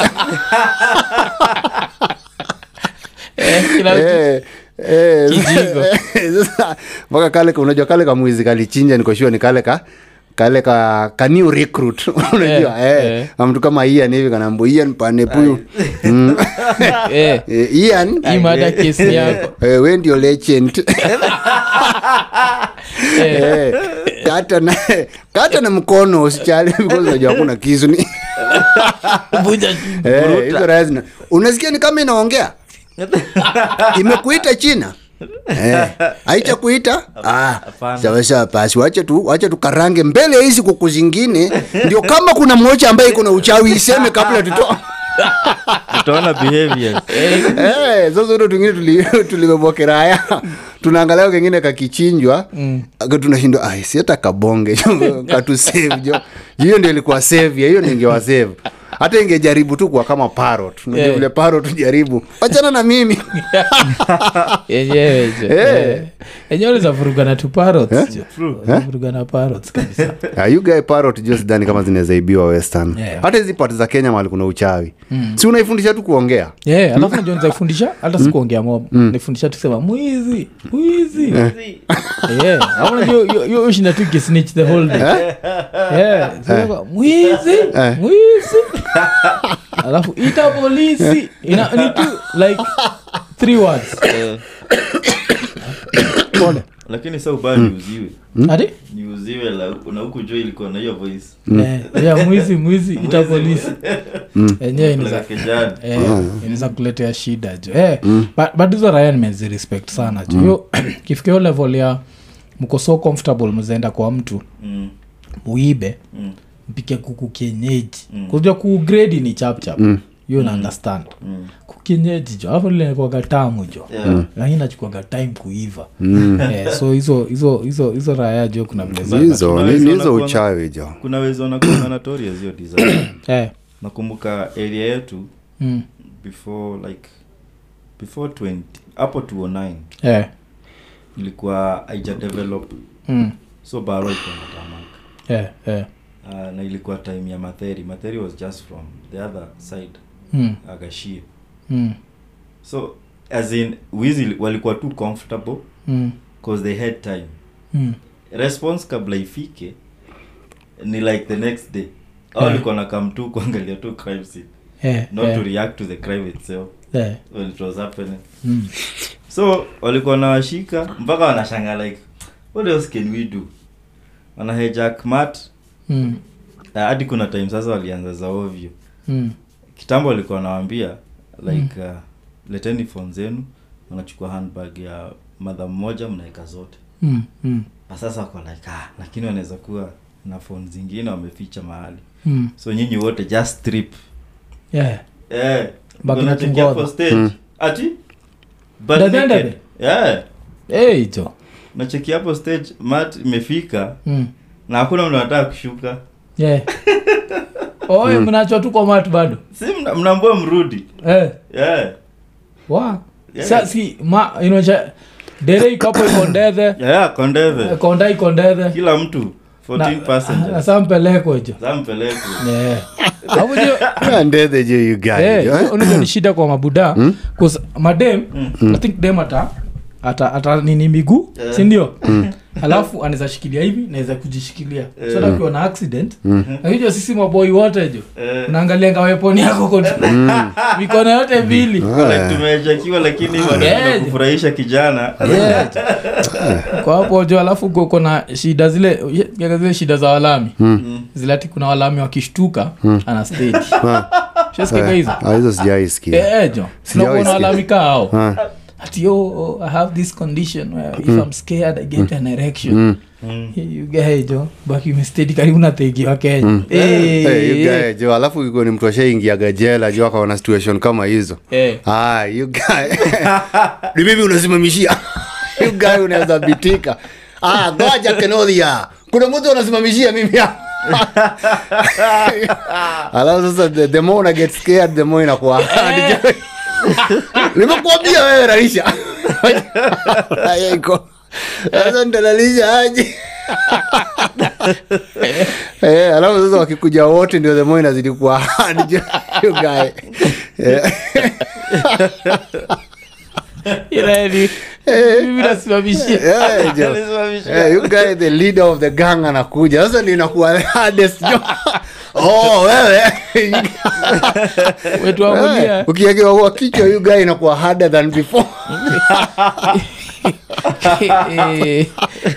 Speaker 3: Eh, eh,
Speaker 2: Kijigo.
Speaker 3: sasa mpaka kale ka- unajua kale ka mwizi kalichinja nikoshua ni kale ka kale ka ka new recruit unajua
Speaker 2: Eh,
Speaker 3: eh,
Speaker 2: eh.
Speaker 3: na mtu kama ian hivi kanaambo ian pane puyu Mm. Eh, ian
Speaker 2: hii mada kesi yako
Speaker 3: eh, we ndio legend Eh, kata na kata na mkono usichale because unajua hakuna kisu ni
Speaker 2: vuja
Speaker 3: Eh, hizo raya zina- unasikia ni kama inaongea imekuita china eh, aichakuita ah,
Speaker 4: hapana.
Speaker 3: sawasawa basi wacha tu wacha tukarange mbele ya hizi kuku zingine ndio kama kuna moja ambaye iko na uchawi iseme kabla tuto
Speaker 4: utaona behavior
Speaker 3: Eh, sasa ndo tungine tuli- tulimebokeraya tunaangalia kengine kakichinjwa
Speaker 2: Mm.
Speaker 3: Aka tunashindwa "Ai, si hata kabonge jo, katusave jo hiyo ndio ilikuwa save hiyo ndio ingewasave hata ingejaribu tu kuwa kama parot unajua
Speaker 2: Yeah.
Speaker 3: vile parot jaribu wachana na mimi
Speaker 2: yenyewe je.
Speaker 3: Eh.
Speaker 2: Eh. enyewe zavuruga na tuparots
Speaker 4: True.
Speaker 2: zavuruga na parots kabisa
Speaker 3: Ah, you guy parrot jua sidhani kama zinawezaibiwa western
Speaker 2: Yeah. Mm.
Speaker 3: hata hizi pati za kenya mali kuna uchawi si unaifundisha tu kuongea
Speaker 2: yeah, Eh, alafu najua nizaifundisha hata sikuongea mob nifundisha tusema mwizi mwizi
Speaker 4: Eh.
Speaker 2: Yeah, ama unajua, yo- yo- ushinda tu kisnitch the whole day Yeah, so kwa, mwizi mwizi alafu ita polisi ina ni tu like three words pole
Speaker 4: lakini sa ubaya niuziwe
Speaker 2: ati
Speaker 4: niuziwe la- na huku juu ilikuwa na hiyo voice
Speaker 2: Eh, yeah, mwizi mwizi ita polisi enyewe ni za
Speaker 4: Like kijana.
Speaker 2: Eh. inaweza kuletea shida jo eh, but- but hizo raya nimezirespect sana jo hiyo kifikia hiyo level ya mko so comfortable mzaenda kwa mtu
Speaker 4: Mm,
Speaker 2: uibe
Speaker 4: mm,
Speaker 2: mpike kuku kienyeji mm. kujua kuugredi ni chapchap hiyo mm. naundestand
Speaker 4: mm.
Speaker 2: kukienyeji jo alafu lilinekwaga tamu jo
Speaker 4: Yeah. Mm.
Speaker 2: lakini nachukwaga time kuiva
Speaker 3: Mm.
Speaker 2: eh, so hizo hizo hizo hizo raya jo kuna vile
Speaker 3: Ni
Speaker 2: zina-
Speaker 3: hizo ni- ni hizo
Speaker 4: Unakuanga-
Speaker 3: uchawi jo
Speaker 4: kuna wezi wanakuanga na tori ya hiyo design
Speaker 2: eh,
Speaker 4: nakumbuka area yetu
Speaker 2: mm,
Speaker 4: before like before 20 hapo 209
Speaker 2: eh,
Speaker 4: ilikuwa haija develop
Speaker 2: mm,
Speaker 4: so baro ikuwa na tamak
Speaker 2: eh, eh,
Speaker 4: uh, na ilikuwa time ya matheri matheri was just from the other side
Speaker 2: mm,
Speaker 4: agashie
Speaker 2: mm,
Speaker 4: so as in wizi walikuwa too comfortable
Speaker 2: mm,
Speaker 4: cause they had time
Speaker 2: mm.
Speaker 4: response kabla ifike ni like the next day au walikuwa na come tu kuangalia tu crime scene
Speaker 2: Eh,
Speaker 4: not
Speaker 2: eh,
Speaker 4: to react to the crime itself
Speaker 2: eh,
Speaker 4: when it was happening
Speaker 2: mm.
Speaker 4: so walikuwa nawashika mpaka wanashanga like what else can we do wanahejak mat
Speaker 2: Mm,
Speaker 4: Na ah, hadi kuna time sasa walianza za ovyo
Speaker 2: mm,
Speaker 4: kitambo walikuwa wanawambia like uh, leteni phone zenu wanachukua handbag ya madha mmoja mnaweka zote
Speaker 2: mm, mm,
Speaker 4: na sasa wako like ah, lakini wanaweza kuwa na phone zingine wameficha mahali
Speaker 2: mm.
Speaker 4: so nyinyi wote just trip
Speaker 2: Yeah.
Speaker 4: eh,
Speaker 2: Bag na
Speaker 4: unatokea
Speaker 2: tungono.
Speaker 4: for stage ati but
Speaker 2: Dada
Speaker 4: naked.
Speaker 2: dada.
Speaker 4: yeah
Speaker 2: Eh, jo
Speaker 4: nachekia hapo stage mat imefika
Speaker 2: Mm,
Speaker 4: na hakuna mtu anataka kushuka
Speaker 2: yeah.
Speaker 4: Mm.
Speaker 2: oe mnachwa tu kwa matu bado
Speaker 4: si mna- mnaambua mrudi
Speaker 2: eh.
Speaker 4: yeah.
Speaker 2: wa
Speaker 4: Yeah.
Speaker 2: sa si ma inaonyesha dere iko hapo ikondethe
Speaker 4: yeah, kondeve
Speaker 2: konda ikondethe
Speaker 4: kila mtu 14
Speaker 2: Ah,
Speaker 4: passengers
Speaker 2: nasampeleko jo
Speaker 4: zampeleke
Speaker 2: Eh. Alafu jo
Speaker 3: Ah, ndethe jo you guy
Speaker 2: eh,
Speaker 3: jo
Speaker 2: hiyo- hiyo ni shida kwa mabuda Cause madem i think dem ata ata, ata nini miguu sindio alafu anaweza shikilia hivi naweza kujishikilia so hata ukiwa na accident akijo sisi maboi wote jo
Speaker 4: Eh.
Speaker 2: unaangalianga weponi yako kont- mikono yote mbili
Speaker 3: Eh. Ah.
Speaker 4: Like tumeejakiwa lakini
Speaker 2: Yeah.
Speaker 4: wanaenda kufurahisha kijana
Speaker 2: Yeah. kwa hapo jo alafu uko uko na shida zile zile shida za walami zile ati kuna walami wakishtuka ana stage shaskia hizo
Speaker 3: Ah, hizo sijaisikia
Speaker 2: Eh, jo
Speaker 3: Sijawahi
Speaker 2: Unakuwa
Speaker 3: sikia.
Speaker 2: unalalamika hao ati oh, oh, i have this condition where if
Speaker 3: Mm.
Speaker 2: i'm scared i get an erection you guy jo baki mistedi karibu na thegi wa kenya Eh,
Speaker 3: Mm. Hey, you
Speaker 2: eh,
Speaker 3: guy, jo alafu iko ni mtu ashaingiaga jela jo akaona situation kama hizo
Speaker 2: eh.
Speaker 3: Ah, you guy. ni mimi unasimamishia You guy unaweza bitika Ah, goja kenodia kuna mtu unasimamishia mimi alafu sasa the, the more una get scared the more inakuwa hard jo. nimekuambia wewe raisha yeko sasa ndalalisha aje Eh, alafu sasa wakikuja wote ndio the more inazidi kuwa hard jo. You guy. Eh.
Speaker 2: Irani,
Speaker 3: Eh.
Speaker 2: mimi nasimamishia
Speaker 3: Yeah, jo. Yeah, you guy the leader of the gang anakuja sasa ndio inakuwa the hardest jo oh, wewe
Speaker 2: wetu wamulia
Speaker 3: Eh, ukiekewa kwa kichwa you guy inakuwa harder than before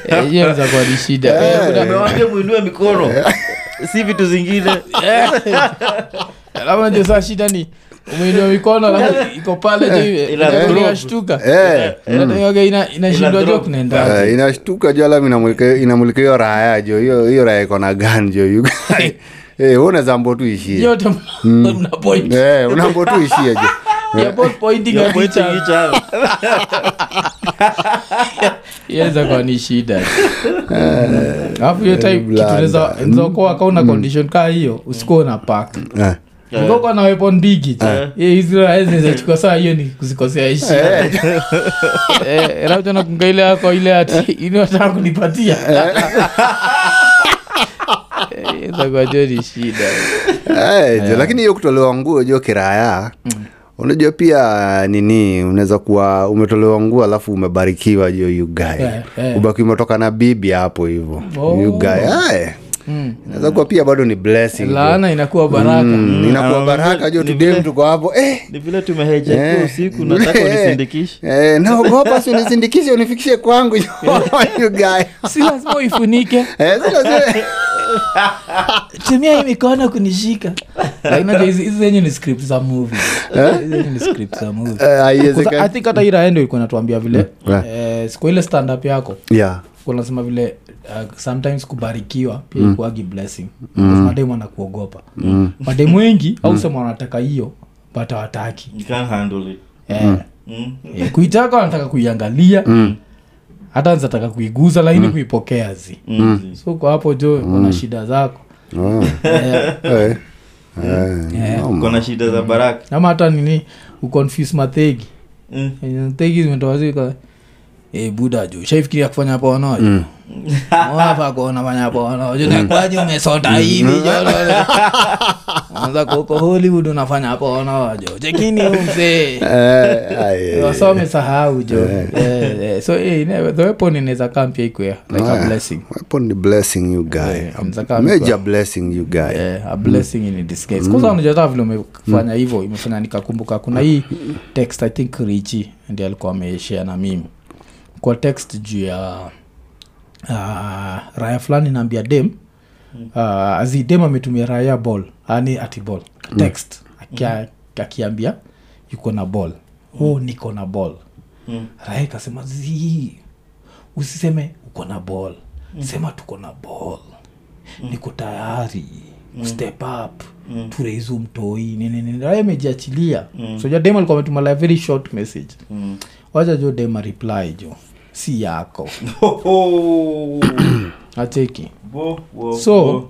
Speaker 2: Eh, hiyo za kwa ni shida Eh, kuna-
Speaker 4: umewambia mwinue mikono si vitu zingine
Speaker 2: Eh. alafu najua saa shida ni umeinua mikono alafu iko pale eh,
Speaker 4: Ina drop.
Speaker 2: juuashtuka
Speaker 3: Eh,
Speaker 2: inashindwa
Speaker 4: Ina
Speaker 2: jo
Speaker 4: drop.
Speaker 2: kunaenda
Speaker 3: eh, inashtuka jo alafu inamulika- inamulika hiyo raha ya jo hiyo hiyo raha iko na gan jo you guy Eh, wewe unazambo tu ishie
Speaker 2: yote mna point
Speaker 3: Eh, unambo tu ishie jo
Speaker 2: You're both pointing
Speaker 4: You're
Speaker 2: at each
Speaker 4: pointing
Speaker 2: other.
Speaker 4: each other.
Speaker 2: Inaweza kuwa ni shida alafu hiyo time
Speaker 3: blanda.
Speaker 2: kitu naezakoa kauna condition kaa hiyo usikuwa una pak
Speaker 3: Eh,
Speaker 2: ukokuwa na weapon bigi tu. Eh, hizi raha hizi zinaweza chukua saa hiyo ni kuzikosea heshima.
Speaker 3: Eh.
Speaker 2: Eh, labda nakunga ile yako ile ati ili wataka kunipatia Eh, itakuwa jo ni shida
Speaker 3: Eh, jo, lakini hiyo kutolewa nguo jo kiraya unajua pia nini unaweza kuwa umetolewa nguo alafu umebarikiwa jo yugae
Speaker 2: Eh, eh.
Speaker 3: ubaki umetoka na bibi hapo hivo
Speaker 2: Oh.
Speaker 3: yugae Aye. eh. inaweza kuwa pia bado ni blessing jo.
Speaker 2: laana inakuwa baraka
Speaker 3: Mm, inakuwa
Speaker 4: Ah,
Speaker 3: baraka jo
Speaker 4: ni
Speaker 3: tudem
Speaker 4: vile-
Speaker 3: tuko hapo eh.
Speaker 4: ni vile tumeheja
Speaker 3: Eh.
Speaker 4: usiku nataka
Speaker 3: Eh.
Speaker 4: unisindikishe
Speaker 3: Eh, naogopa si unisindikishe unifikishe kwangu jo, yugae
Speaker 2: si lazima uifunike
Speaker 3: Eh, si lazima-
Speaker 2: tumia hii mikono kunishika Lakini unajua hizi hizi zenye ni script za movie Hizi zenye ni script za movie
Speaker 3: Eh, haiwezekani.
Speaker 2: Kwanza, I think hata iraendo ilikuwa natuambia vile
Speaker 3: Yeah.
Speaker 2: eh, siku ile stand up yako
Speaker 3: Yeah.
Speaker 2: kunasema vile uh, sometimes kubarikiwa pia mm. ikuagi blessing mm. mademu anakuogopa mm. mademu wengi au sema wanataka hiyo but hawataki
Speaker 4: you can't handle it
Speaker 2: eh,
Speaker 4: mm.
Speaker 2: eh, kuitaka wanataka kuiangalia hata anzataka kuiguza lakini kuipokea zi
Speaker 4: Mm.
Speaker 2: so kwa hapo jo mm. shida zako
Speaker 3: Oh.
Speaker 2: eh,
Speaker 3: Eh. Eh, naam.
Speaker 4: kona shida
Speaker 3: Mm.
Speaker 4: za baraka
Speaker 2: ama hata nini uconfuse mathegi
Speaker 4: Mm.
Speaker 2: Eh, thegi zimetoa zika Eh, buda juu shaifikiria kufanya pono mm. hapa kuona fanya pono juu nakwaji umesota hivi jo anza kuko hollywood unafanya pono jo chekini huyu mzee
Speaker 3: Eh, aye.
Speaker 2: wasomesahau jo Eh, eh, so eh, ine- the weapon inaweza kaa pia ikwea like a blessing
Speaker 3: Hapo ni blessing you guy.
Speaker 2: Eh,
Speaker 3: A
Speaker 2: mzaka
Speaker 3: major
Speaker 2: amekuwa-
Speaker 3: blessing you guy.
Speaker 2: Eh, a blessing in disguise kwanza unajua hata vile umefanya hivyo imefanya nikakumbuka kuna hii text i think richi ndi alikuwa ameishea na mimi kwa text juu ya uh, raya fulani naambia dem uh, azi dem ametumia raya ball ani ati ball text akia, akiambia yuko na ball oh, niko na ball
Speaker 4: Mm.
Speaker 2: raya ikasema zii usiseme uko na ball sema tuko na ball niko tayari step up mm. tureizu mtoi niniraya imejiachilia mm. soja dem alikuwa ametuma like very short message
Speaker 4: Mm.
Speaker 2: wacha jo dem reply jo si yako
Speaker 4: Ho, ho.
Speaker 2: acheki
Speaker 4: Bo, wo,
Speaker 2: so
Speaker 4: wo.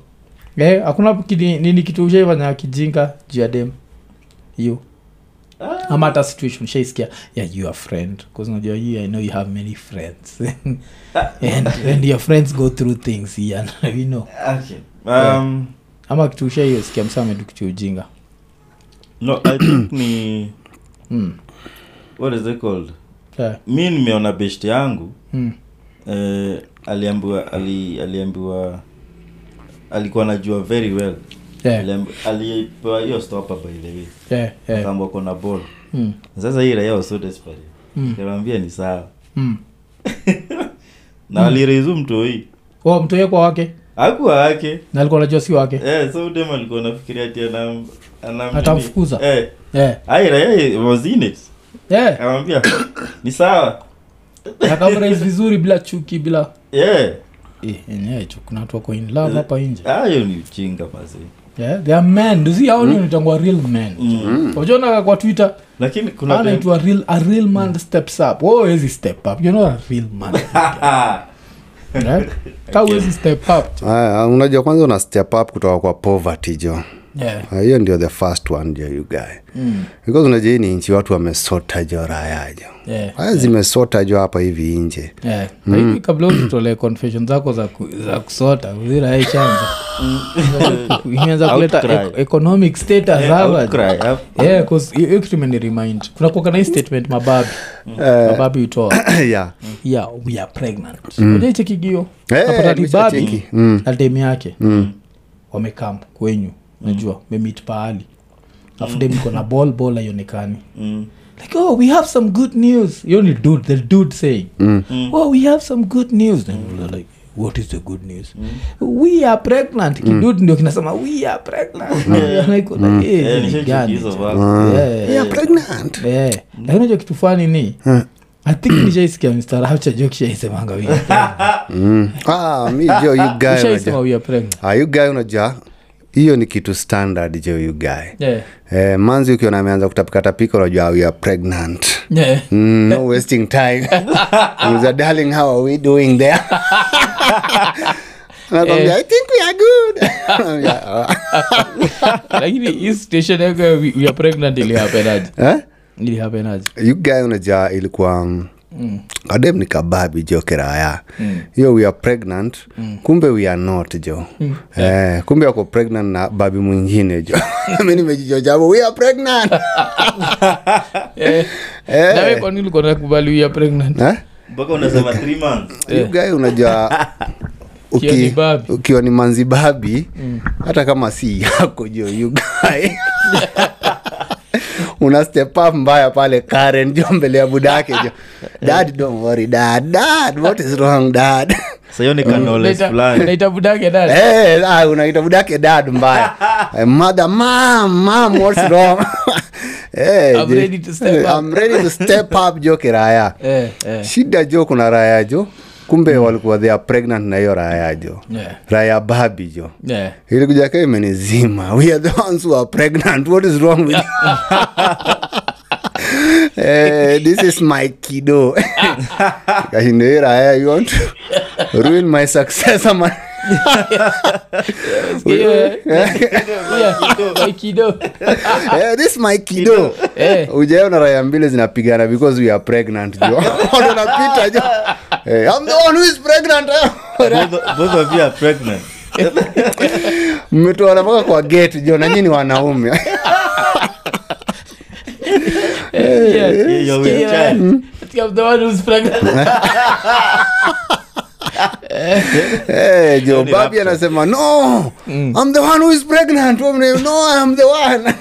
Speaker 2: eh, hakuna kidi- nini kitu ushaifanya kijinga juu ya dem hiyo ama hata situation shaisikia yeah, you are friend bcause najua you i know you have many friends and, and your friends go through things yeah, and we know
Speaker 4: Okay. Um,
Speaker 2: ama kitu ushaisikia msa ametukitia ujinga
Speaker 4: no i think ni what is it called
Speaker 2: Hmm. yeah.
Speaker 4: mi nimeona best yangu
Speaker 2: mm.
Speaker 4: eh, aliambiwa ali, aliambiwa alikuwa anajua very well
Speaker 2: yeah.
Speaker 4: Aliambi- alipewa hiyo stopper by the way
Speaker 2: yeah. yeah.
Speaker 4: kamba kona ball
Speaker 2: mm.
Speaker 4: sasa hii raia was so desperate
Speaker 2: Mm.
Speaker 4: Nikamwambia ni sawa
Speaker 2: mm.
Speaker 4: na
Speaker 2: Hmm.
Speaker 4: aliresume mtu hii
Speaker 2: oh, mtoye kwa wake
Speaker 4: akuwa wake
Speaker 2: na alikuwa najua si wake
Speaker 4: eh, so dem alikuwa nafikiria ti anam anam-
Speaker 2: Atamfukuza.
Speaker 4: eh,
Speaker 2: yeah.
Speaker 4: ai raia was in it
Speaker 2: yeah.
Speaker 4: akamwambia ni sawa
Speaker 2: akamrais vizuri bila chuki bila
Speaker 4: yeah.
Speaker 2: Eh, enyewe tu, kuna watu wako in love hapa nje
Speaker 4: hayo ni uchinga basi
Speaker 2: yeah, they are men duzi hao ni nitangwa real men
Speaker 4: Hmm.
Speaker 2: wajonaka kwa twitter
Speaker 4: lakini kuna time-
Speaker 2: anaitwa real, a real man steps up oh, wezi step up you know a real man
Speaker 4: Ah,
Speaker 2: yeah? ka wezi step up
Speaker 3: Aya, unajua kwanza una step up kutoka kwa poverty jo
Speaker 2: yeah.
Speaker 3: Ah, hiyo ndio the first one jo you guy
Speaker 2: Hmm.
Speaker 3: because unajua hii ni nchi watu wamesota jo raya jo
Speaker 2: yeah.
Speaker 3: aya zimesota jo hapa hivi nje
Speaker 2: Yeah.
Speaker 4: Hmm.
Speaker 2: Mm. kabla ututolee confession zako za, ku, za kusota uziraishanza imeanza kuleta
Speaker 4: Hmm. Outcry.
Speaker 2: ec- economic status hapa.
Speaker 4: outcry, ah.
Speaker 2: Yeah, 'cause hiyo- hiyo kitu imeniremind kuna kuwa kana hii statement mababi
Speaker 4: Eh.
Speaker 2: mababi hutoa
Speaker 3: yeah.
Speaker 2: yeah, we are pregnant mm. ujaichekigio
Speaker 3: Eh,
Speaker 2: apatatibabi
Speaker 3: nishacheki. Mm.
Speaker 2: na dem yake mm. wamekam kwenyu najua memit paali afu dem iko na ball ball aionekani
Speaker 4: mm,
Speaker 2: like oh we have some good news you only dude the dude saying oh we have some good news and we're like what is the good news we are pregnant kidude ndio kinasema we are pregnant like, like, Mm. eh, ni
Speaker 4: eh, nishachukia
Speaker 2: gani
Speaker 4: hizo
Speaker 2: cha-
Speaker 4: vibes.
Speaker 2: Yeah,
Speaker 3: Yeah, pregnant
Speaker 2: Eh, lakini unajua kitu fani ni i think nishaisikia mstaracha jo kishaisemanga we are pregnant.
Speaker 3: ah, mi jo you guy
Speaker 2: Ushaisema
Speaker 3: unajua
Speaker 2: we are pregnant
Speaker 3: Ah, you guy unajua hiyo ni kitu standard jo you guy
Speaker 2: Yeah,
Speaker 3: eh, manzi ukiona ameanza kutapikatapika unajua we are pregnant
Speaker 2: yeah.
Speaker 3: Mm, no wasting time. He was a darling, how are we doing there?
Speaker 5: nakwambia i think we are good
Speaker 3: "Ah."
Speaker 5: Yeah.
Speaker 2: lakini hii situation yako ya we- we are pregnant ilihapenaje
Speaker 3: eh?
Speaker 2: ilihapenaje
Speaker 3: you guy unajua ilikuwa mm, kadem ni kababi jo kiraya hiyo we are pregnant kumbe we are not jo eh, kumbe ako pregnant na babi mwingine jo mi nimejijojabo we are pregnant
Speaker 2: Eh, nawe kwani ulikuwa nakubali we are pregnant
Speaker 3: eh?
Speaker 4: mpaka unasema three months
Speaker 3: you guy unajua uki-
Speaker 2: Ukiwa ni Eh. babi. Mm.
Speaker 3: ukiwa ni manzibabi hata kama si yako jo you guy una step up mbaya pale karen jo mbele ya budake jo dad don't worry dad dad what is wrong dad
Speaker 4: sahiyo
Speaker 2: Mm.
Speaker 4: ni kanoles
Speaker 2: Naita-
Speaker 4: fulani
Speaker 2: naita budake dada
Speaker 3: Eh, ah, unaita budake dad mbaya Eh, mother mam mam what's wrong Eh,
Speaker 2: I'm
Speaker 3: je-
Speaker 2: ready to step up.
Speaker 3: I'm ready to step up jo kiraya
Speaker 2: Eh, eh, Mm.
Speaker 3: shida jo kuna raya jo kumbe walikuwa they are pregnant na hiyo raya jo
Speaker 2: Yeah.
Speaker 3: raya babi jo
Speaker 2: eh.
Speaker 3: ilikujaka imenizima we are the ones who are pregnant what is wrong with you? Eh, this is my kido kashindo hii raya you want to ruin my success ama
Speaker 2: Yeah. Yeah, my kiddo.
Speaker 3: Eh, this my kido
Speaker 2: Eh.
Speaker 3: ujaona raya mbili zinapigana because we are pregnant jo Watu wanapita jo Eh, i'm the one who is pregnant
Speaker 4: Both- both of you are pregnant
Speaker 3: mmetoana mpaka kwa geti jo nanyi ni wanaume
Speaker 2: Yeah.
Speaker 4: you're with
Speaker 2: Yeah.
Speaker 4: child.
Speaker 2: I think I'm the one who's pregnant.
Speaker 3: Eh, jo
Speaker 2: Yaani
Speaker 4: ni
Speaker 3: babi
Speaker 4: rapture.
Speaker 3: anasema no
Speaker 2: Mm.
Speaker 3: i'm the one who is pregnant Wewe mna- no i'm the one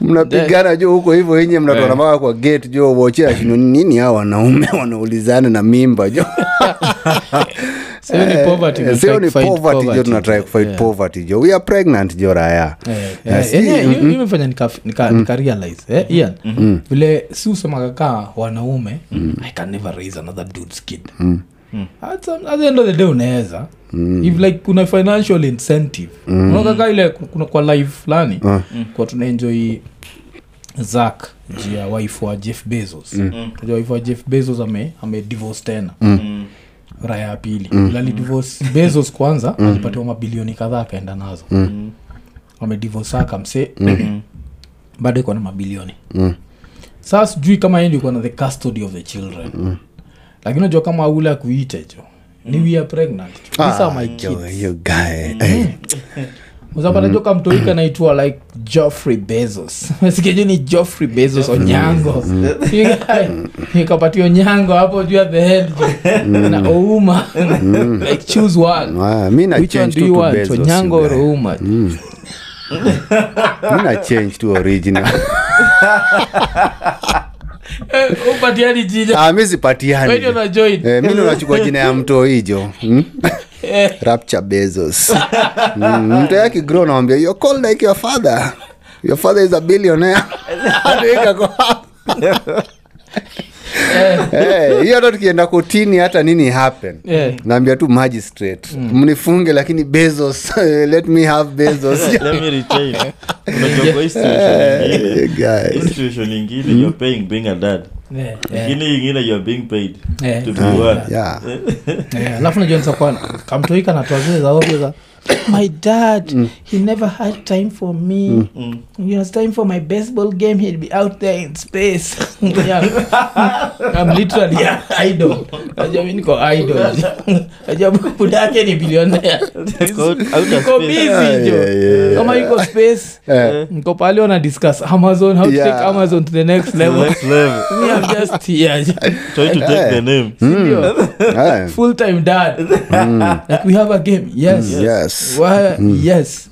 Speaker 3: mnapigana jo huko hivyo inye mnatoana
Speaker 2: Eh.
Speaker 3: mpaka kwa geti jo wochea kino nini hao wanaume wanaulizana na mimba jo
Speaker 2: So ni poverty, we
Speaker 3: Eh, sio
Speaker 2: try
Speaker 3: ni
Speaker 2: to fight
Speaker 3: poverty jo
Speaker 2: poverty.
Speaker 3: tunatry kufight
Speaker 2: Yeah.
Speaker 3: poverty jo we are pregnant jo raya
Speaker 2: Eh,
Speaker 3: Na
Speaker 2: eh,
Speaker 3: si-
Speaker 2: yenyewe, hiyo- hiyo imefanya nika- nika- nika realize, eh, Ian, vile si usemaga kaa wanaume i can never raise another dudes kid At some- at the end of the day unaweza if like kuna financial incentive unaona kaka ile ku- kuna kwa live fulani kwa tunaenjoi zak jia wife wa jeff bezos Unajua wife wa jeff bezos ame, ame divorce tena
Speaker 4: Mm,
Speaker 2: raya ya pili mm. alidivorce bezos kwanza alipatiwa mabilioni kadhaa akaenda nazo mm. amedivosaka mse
Speaker 4: mm.
Speaker 2: bado ikuwa na mabilioni mm. saa sijui kama yeye ndio ikuwa na the custody of the children mm. lakini unajua kama aula kuita jo ni we are pregnant These
Speaker 3: Ah, Mm.
Speaker 2: are my
Speaker 3: jo,
Speaker 2: kids. Mm.
Speaker 3: hiyo guy. Eh,
Speaker 2: Uzapata joka mtoika naitwa like joffrey bezos sikeju ni joffrey bezos onyango
Speaker 3: Mm.
Speaker 2: ikapati onyango hapo juu ya the head
Speaker 3: Mm.
Speaker 2: na ouma like choose one
Speaker 3: ah, mi na
Speaker 2: which one do
Speaker 3: change tu
Speaker 2: you
Speaker 3: to
Speaker 2: want
Speaker 3: Bezos, Mm.
Speaker 2: onyango
Speaker 3: you
Speaker 2: or
Speaker 3: guy.
Speaker 2: ouma
Speaker 3: Mi na change tu original
Speaker 2: upatiani jija
Speaker 3: Ah, mi sipatiani
Speaker 2: wendio
Speaker 3: jo.
Speaker 2: na join
Speaker 3: Eh, mi nachukua jina ya mto hijo hmm? rapture bezos mm, mto yake grow nawambia you're called like your father your father is a billionaire Andika kwa hapo. Eh, hiyo hata tukienda kotini hata nini happen
Speaker 2: Eh.
Speaker 3: naambia tu magistrate mnifunge lakini bezos let me have bezos
Speaker 4: Eh, let me retain unajua kwa hii situation nyingine
Speaker 3: Eh, guy.
Speaker 4: hii situation nyingine
Speaker 3: Hmm?
Speaker 4: you're paying being a dad
Speaker 2: Eh, eh.
Speaker 4: lakini nyingine you're being paid
Speaker 2: Eh.
Speaker 4: to be one
Speaker 3: Yeah.
Speaker 2: Yeah, alafu najua nisakwana kamtoika natwazeza ovyoza my dad he never had time for me mm. it was time for my baseball game he'd be out there in space yeah. I'm literally an idol najua mi niko idol najua budake ni bilionea niko
Speaker 4: Outer space.
Speaker 3: Yeah,
Speaker 2: busy jo
Speaker 3: yeah, yeah,
Speaker 2: kama
Speaker 3: yeah.
Speaker 2: yuko space
Speaker 3: Eh.
Speaker 2: niko pale wana discuss amazon how to
Speaker 3: Yeah.
Speaker 2: take amazon to the next
Speaker 4: The
Speaker 2: level
Speaker 4: next level
Speaker 2: me i'm just here
Speaker 4: try to take
Speaker 3: Hmm?
Speaker 4: the name
Speaker 2: Sindio?
Speaker 3: Eh,
Speaker 2: full time dad like we have a game yes
Speaker 3: Mm. yes
Speaker 2: Why- yes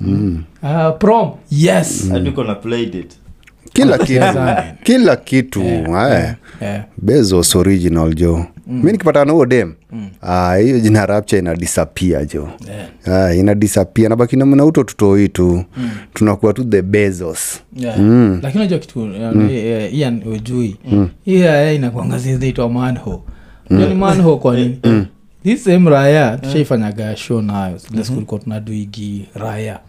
Speaker 2: uh, prom yes
Speaker 4: hadi uko na played it
Speaker 3: kila kitu
Speaker 2: Mchezani.
Speaker 3: kila kitu eh.
Speaker 2: yeah.
Speaker 3: bezos original jo mi nikipatana na huo dem ah, hiyo jina rapcha ina disappear jo Ah, ina disappear nabaki namna uto tutoi tu tunakuwa tu the bezos
Speaker 2: Yeah.
Speaker 3: Mm.
Speaker 2: lakini najua kitu uh, eh, ian ujui hii raya inakuangazia zaitwa manho
Speaker 3: Mm.
Speaker 2: ni manho kwa nini
Speaker 3: Mm.
Speaker 2: hii sehemu raya tushaifanyaga show nayo ile siku ilikuwa tunaduigi raya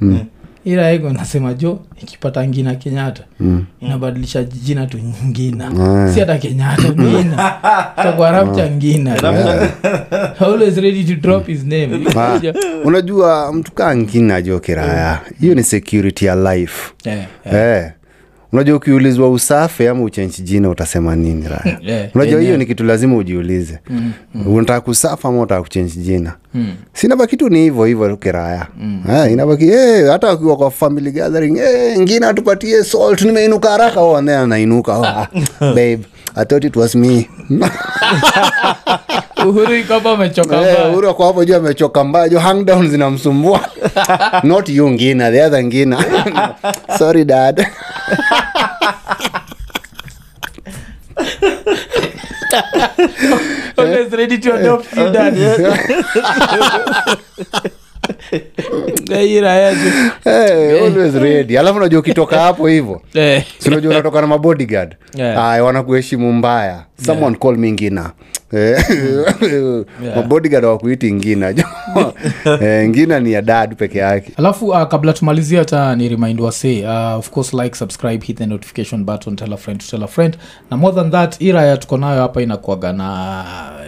Speaker 2: ila ego nasema jo ikipata ngina kenyatta mm. inabadilisha jina tu ngina
Speaker 3: Ah.
Speaker 2: mm. si hata kenyatta ngina takuwa rapcha ngina always ready to drop his name
Speaker 3: Ah,
Speaker 2: Ikikuja-
Speaker 3: unajua mtu kaa ngina jo kiraya hiyo ni security ya life
Speaker 2: Eh,
Speaker 3: Eh. unajua ukiulizwa usafi ama uchenchi jina utasema nini raya
Speaker 2: Eh,
Speaker 3: unajua hiyo ni kitu lazima ujiulize unataka kusafa ama unataka kuchenji jina sinaba kitu ni hivyo hivyo tu kiraya Eh, inabaki eh, hata wakiwa kwa family gathering eh, ngine atupatie salt nimeinuka haraka oh, and then anainuka oh, ah, babe i thought it was me
Speaker 2: uhuru ikopa amechoka
Speaker 3: Eh,
Speaker 2: mbaya.
Speaker 3: Uhuru ako hapo juu amechoka mbaya juu hangdown zinamsumbua not you ngina the other ngina sorry dad
Speaker 2: Always ready to adopt
Speaker 3: Eh.
Speaker 2: Zidane. Na hii raia tu.
Speaker 3: hey, always ready alafu unajua ukitoka hapo hivyo
Speaker 2: Eh,
Speaker 3: sinajua unatoka na mabodyguard
Speaker 2: Yeah.
Speaker 3: Aya, wanakuheshimu mbaya someone call me ngina Eh, mabodyguard hawakuiti ngina Eh, ngina ni ya dad peke yake
Speaker 2: alafu uh, kabla tumalizie hata ni remind wase uh, of course like subscribe hit the notification button tell a friend to tell a friend na more than that hii raya tuko nayo hapa inakuaga na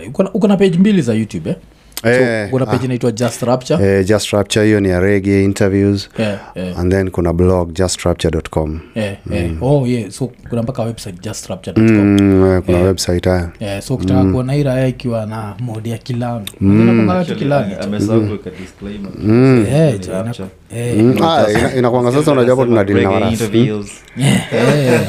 Speaker 2: uko na- uko na page mbili za youtube eh?
Speaker 3: Eh,
Speaker 2: so, uko na page inaitwa just rapture
Speaker 3: Eh, just rapture hiyo ni ya reggae interviews
Speaker 2: Eh, eh.
Speaker 3: and then kuna blog justrapture.com
Speaker 2: Eh, eh. oh yeah so kuna mpaka website justrapture.com
Speaker 3: mm, eh, kuna website haya
Speaker 2: Eh, so ukitaka kuona hii raya ikiwa na modi ya kilami mm. kilami tu.
Speaker 4: amesahau kuweka disclaimer.
Speaker 3: Mm.
Speaker 2: Eh, jo, ina-
Speaker 4: Rapture.
Speaker 2: eh,
Speaker 3: Ah, ina- inakuanga Hmm. sasa unajua hapo tuna deal na
Speaker 4: Reggae
Speaker 3: warasi
Speaker 4: interviews.
Speaker 2: Eh,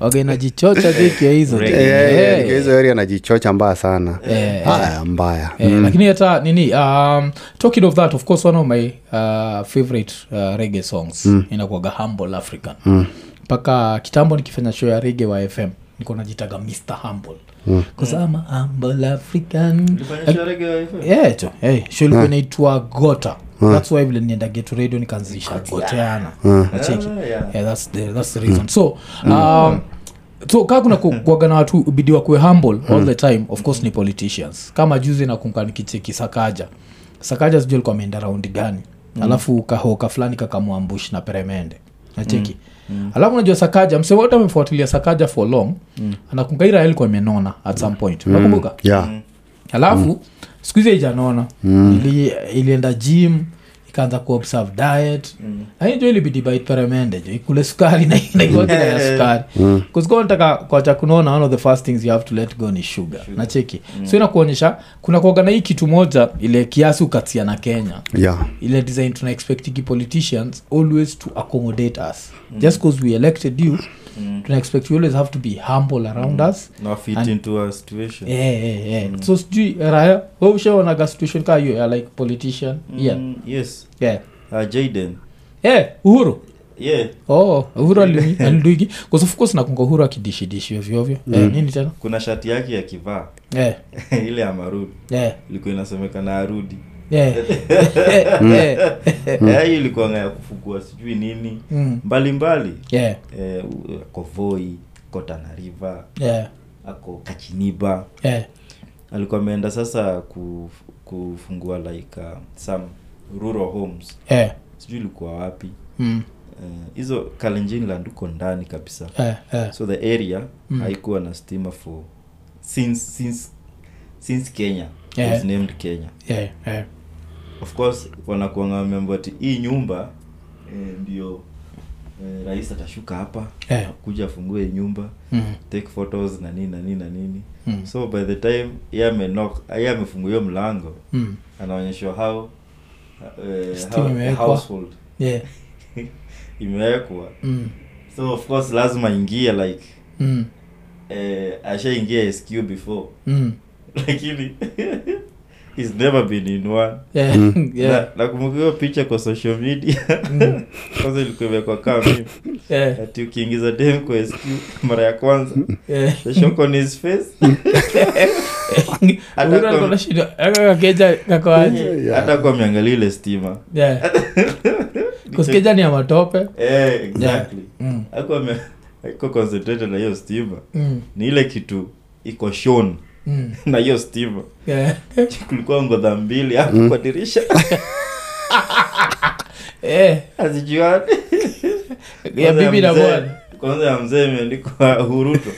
Speaker 2: waginajichocha vikia hizo
Speaker 3: Eh, eh, eh, hizo area najichocha mbaya sana haya mbaya
Speaker 2: Eh, lakini hata nini um, talking of that of course one of my uh, favorite uh, reggae songs mm. inakuaga humble african mpaka kitambo nikifanya show ya reggae wa fm niko najitaga mr humble mm. kusama humble african
Speaker 4: Ulifanya show reggae wa FM?
Speaker 2: yeah, cho hey, show ilikuwa inaitwa eh, gota thats why vile nienda getu radio nikaanzisha goteana nacheki
Speaker 4: Ah, yeah.
Speaker 2: yeah, that's the, that's the reason so um, so kaa kuna ku- kuwaga na watu bidi wakuwe humble all the time of course ni politicians kama juzi nakumka nikicheki sakaja sakaja sijui alikuwa ameenda raundi gani
Speaker 4: Mm.
Speaker 2: alafu kahoka fulani kakamwambush na peremende nacheki
Speaker 4: Mm.
Speaker 2: alafu najua sakaja mse wote amefuatilia sakaja for long
Speaker 4: Mm.
Speaker 2: anakumka ira alikuwa imenona at some point unakumbuka
Speaker 3: yeah
Speaker 2: alafu mm. sikuhizi ijanona mm. Ili, ilienda gym ikaanza kuobserve diet mm. lakini jo ilibidi baitperemende jo ikule sukari na naiwakina ya sukari mm. nataka kwacha kunaona one of the first things you have to let go ni sugar nacheki mm. so inakuonyesha kuna kuoga na hii kitu moja ile kiasi ukatia na kenya
Speaker 3: yeah
Speaker 2: ile design tuna expectigi politicians always to accommodate us mm. just because we elected you mm. tuna expect you always have to be humble around mm. us
Speaker 4: Not fit
Speaker 2: And-
Speaker 4: into our situation.
Speaker 2: yeah, yeah, Mm. yeah. so sijui raya we ushaonaga situation ka hiyo ya like politician yeah
Speaker 4: Mm, yes.
Speaker 2: yeah
Speaker 4: Uh, Jaden.
Speaker 2: yeah uhuru
Speaker 4: Yeah.
Speaker 2: oh uhuru alini- aliduigi Because of course nakunga uhuru akidishidishi ovyoovyo eh, nini tena
Speaker 4: kuna shati yake ya kivaa
Speaker 2: eh,
Speaker 4: ile ya marudi
Speaker 2: eh,
Speaker 4: ilikuwa inasemekana arudi
Speaker 2: eh, eh, eh,
Speaker 4: Eh, hiyo ilikuwa ya kufugua sijui nini
Speaker 2: Mm.
Speaker 4: mbalimbali
Speaker 2: yeah,
Speaker 4: Eh, u- ako voi ako tanariva
Speaker 2: yeah,
Speaker 4: ako kachiniba
Speaker 2: eh,
Speaker 4: alikuwa ameenda sasa kuf, kufungua like uh, some rural homes
Speaker 2: eh,
Speaker 4: sijui ilikuwa wapi
Speaker 2: mm,
Speaker 4: Eh, hizo uh, kalenjinland uko ndani kabisa
Speaker 2: eh, eh,
Speaker 4: so the area mm. haikuwa na stima for since since since kenya
Speaker 2: Yeah.
Speaker 4: was named kenya
Speaker 2: eh, eh,
Speaker 4: of course wanakuanga wameambiwa ati hii nyumba eh, ndio eh, rais atashuka hapa
Speaker 2: Eh.
Speaker 4: kuja afungue hii nyumba
Speaker 2: mm,
Speaker 4: take photos na nini na nini na nini
Speaker 2: Mm.
Speaker 4: so by the time ye amenock ye amefungua hiyo mlango
Speaker 2: mm,
Speaker 4: anaonyeshwa how eh,
Speaker 2: Stima
Speaker 4: how-
Speaker 2: imewekwa.
Speaker 4: household
Speaker 2: yeah,
Speaker 4: imewekwa
Speaker 2: mm,
Speaker 4: so of course lazima ingie like
Speaker 2: mm,
Speaker 4: eh, ashaingia sq before
Speaker 2: mm,
Speaker 4: lakini he's never been in one
Speaker 2: yeah, yeah, mm.
Speaker 4: Na- nakumbuka hiyo picha kwa social media kwanza ilikuwa imekwa kaa mimi
Speaker 2: yeah,
Speaker 4: ati ukiingiza dem kwa sq mara ya kwanza
Speaker 2: yeah.
Speaker 4: the shock on his face Hata
Speaker 2: Uhuru
Speaker 4: kwa-
Speaker 2: alikuwa na shida, akawa keja kakoaje
Speaker 4: hata kuwa ameangalia ile stima
Speaker 2: yeah. kusikeja ni ya matope
Speaker 4: eh, exactly
Speaker 2: Mm.
Speaker 4: Hakuwa ame- hakuwa concentrated na hiyo stima
Speaker 2: Mm,
Speaker 4: ni ile kitu iko shown
Speaker 2: mm,
Speaker 4: na hiyo stima
Speaker 2: yeah. Hmm.
Speaker 4: kulikuwa ngodha mbili hapo kwa dirisha
Speaker 2: eh,
Speaker 4: hazijuani
Speaker 2: ya
Speaker 4: Kwanza
Speaker 2: bibi na
Speaker 4: mzee-
Speaker 2: bwana
Speaker 4: kwanza ya mzee imeandikwa huruto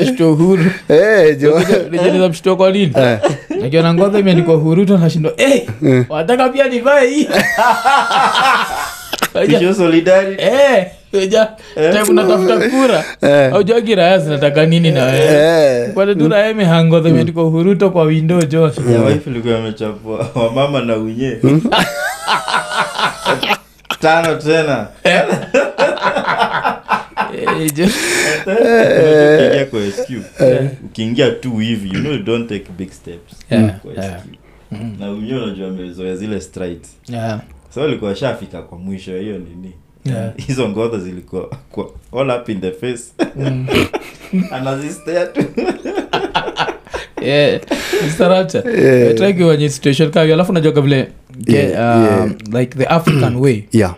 Speaker 2: nashtua huru
Speaker 3: Eh, jo- Eh,
Speaker 2: rejeleza mshtua kwa nini nakiona ngoza imeandikwa huruto nashindwa eh, wataka pia nivae hii Waja-
Speaker 4: Tisho solidarity
Speaker 2: Eh, weja, time unatafuta kura aujagi raya zinataka nini na wewe
Speaker 3: Eh.
Speaker 2: pale tu raya imehangoza imeandikwa huruto kwa window jo
Speaker 4: ya wife ilikuwa imechapua wamama na unye
Speaker 2: Hmm.
Speaker 4: tano tena
Speaker 2: Eh, jo. Eh.
Speaker 4: unachokiingia kwa SQ ukiingia tu hivi you know you don't take big steps
Speaker 2: Yeah,
Speaker 4: kwa
Speaker 2: yeah.
Speaker 4: SQ na unye unajua amezoea zile strides
Speaker 2: Yeah.
Speaker 4: so alikuwa ashafika kwa mwisho ya hiyo nini
Speaker 2: Yeah.
Speaker 4: hizo ngodha zilikuwa kwa all up in the face
Speaker 3: Mm.
Speaker 4: anazistea tu
Speaker 2: Yeah. Mr. Rapture, try kiwenye situation kama hiyo. alafu najua kavile
Speaker 3: Yeah, yeah.
Speaker 2: like the african way
Speaker 3: Yeah,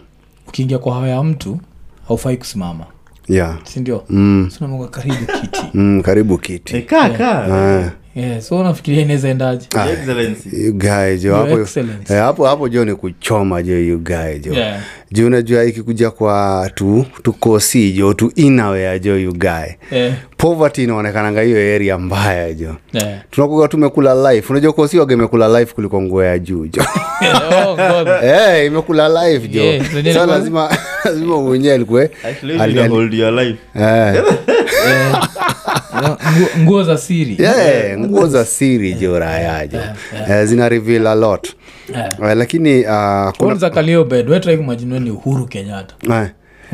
Speaker 2: ukiingia kwa haya ya mtu haufai kusimama
Speaker 3: yeah.
Speaker 2: sindio
Speaker 3: Mm,
Speaker 2: sinamoga karibu kiti
Speaker 3: mm, karibu
Speaker 4: Eh,
Speaker 3: kiti
Speaker 4: kaka
Speaker 3: Ah,
Speaker 2: yeah, so unafikiria inaweza endaje
Speaker 4: excellency
Speaker 3: you guy, jo,
Speaker 2: Your
Speaker 3: hapo-
Speaker 2: Excellency.
Speaker 3: eh, hapo hapo jo ni kuchoma jo you guy, jo
Speaker 2: Yeah.
Speaker 3: juu unajua ikikuja kwa tu tukosi jo tu inawea jo you guy.
Speaker 2: Eh,
Speaker 3: poverty inaonekananga hiyo area mbaya jo
Speaker 2: eh.
Speaker 3: tunakuga tumekula life unajua kosiwaga imekula life kuliko nguo ya juu jo
Speaker 2: Oh, God.
Speaker 3: Eh, imekula life jo
Speaker 2: Yeah, zenyewe
Speaker 3: sa
Speaker 2: ilikuwa-
Speaker 3: lazima lazima uenyewe likue
Speaker 4: actually you can hold your life
Speaker 3: Eh,
Speaker 2: Nguo- nguo za siri
Speaker 3: nguo za siri jo raya jo Eh, zina reveal a lot Eh, lakini ah, kuna-
Speaker 2: zakalio bed wetraikumajinie ni uhuru kenyatta
Speaker 3: eh,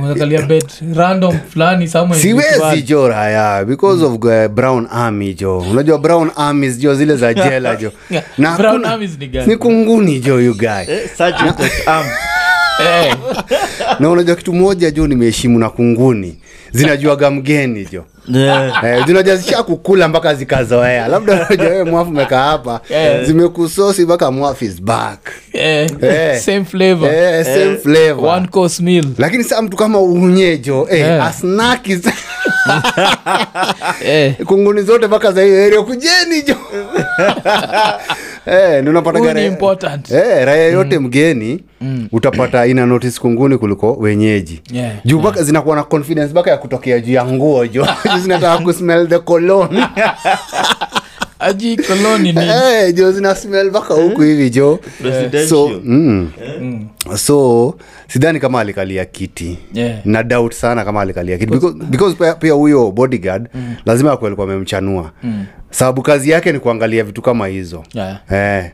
Speaker 2: zakalia bed random fulani somewhere in this
Speaker 3: siwezi
Speaker 2: world.
Speaker 3: jo raya because of eh, brown army jo unajua brown armies jo zile za jela jo
Speaker 2: Yeah.
Speaker 3: Na
Speaker 2: Brown
Speaker 3: hakuna-
Speaker 2: armies ni gani?
Speaker 3: ni kunguni jo yugae
Speaker 4: Eh,
Speaker 3: Ah.
Speaker 4: sergeant at arm
Speaker 2: Eh,
Speaker 3: na unajua kitu moja jo nimeheshimu na kunguni zinajuaga mgeni jo
Speaker 4: yeah.
Speaker 3: Eh, zinajua zisha kukula mpaka zikazoea labda unajua wewe mwafu meka hapa zimekusosi mpaka mwafu is back
Speaker 2: eh,
Speaker 3: Eh.
Speaker 2: same flavor
Speaker 3: eh, same
Speaker 2: one
Speaker 3: flavor
Speaker 2: course meal
Speaker 3: lakini saa mtu kama unyejo eh,
Speaker 2: Eh.
Speaker 3: yeah. asnaki
Speaker 2: eh.
Speaker 3: kunguni zote mpaka za hiyo area kujeni jo eh, ndio unapata
Speaker 2: Huu ni
Speaker 3: gari-
Speaker 2: important. Mm.
Speaker 3: eh, raia yote mgeni utapata ina notice kunguni kuliko wenyeji
Speaker 2: Yeah,
Speaker 3: juu mpaka zinakuwa na confidence mpaka ya kutokea juu ya nguo jo Juu zinataka kusmell the cologne
Speaker 2: aji koloni ni
Speaker 3: Eh, jo zina smell mpaka huku
Speaker 2: Eh?
Speaker 3: hivi jo so,
Speaker 4: Presidential.
Speaker 3: mm, so sidhani kama alikalia kiti
Speaker 2: Yeah.
Speaker 3: na doubt sana kama alikalia kiti because, because pia- pia huyo bodyguard
Speaker 2: Mm.
Speaker 3: lazima akuwe alikuwa amemchanua sababu kazi yake ni kuangalia vitu kama hizo
Speaker 2: Yeah.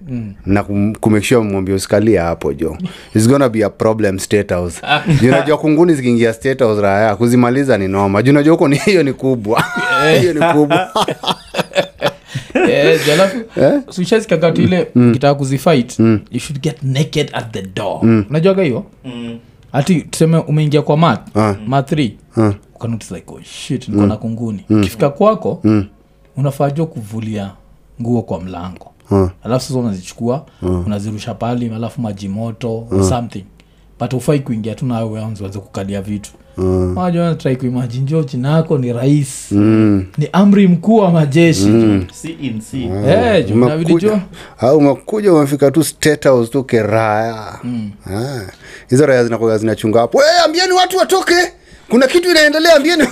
Speaker 2: Mm.
Speaker 3: Eh, na kum- kumake sure mwambie usikalia hapo jo It's gonna be a problem state house
Speaker 2: Ah.
Speaker 3: Juu unajua kunguni zikiingia state house raya kuzimaliza ni noma Juu unajua huko ni hiyo ni kubwa hiyo ni kubwa
Speaker 2: Eh, alafu sushazikakati ile kitaka kuzifight you should get naked at the door unajuaga hiyo hati tuseme umeingia kwa mat mat 3 ukanotice like oh shit niko na kunguni ukifika kwako unafaa jua kuvulia nguo kwa mlango alafu sasa unazichukua unazirusha pali alafu maji moto or something but ufai kuingia tu nawe uanze kukalia vitu majuanatrai kuimajini jo chini yako ni rais ni amri mkuu wa majeshi
Speaker 4: CNC.
Speaker 3: Ah.
Speaker 2: Eh, jo, inabidi
Speaker 3: Umekuja-
Speaker 2: jo.
Speaker 3: au umekuja umefika tu state house tu keraya Ah, hizo raya zinakuwa zinachunga hapo "Wewe, ambieni watu watoke kuna kitu inaendelea ambieni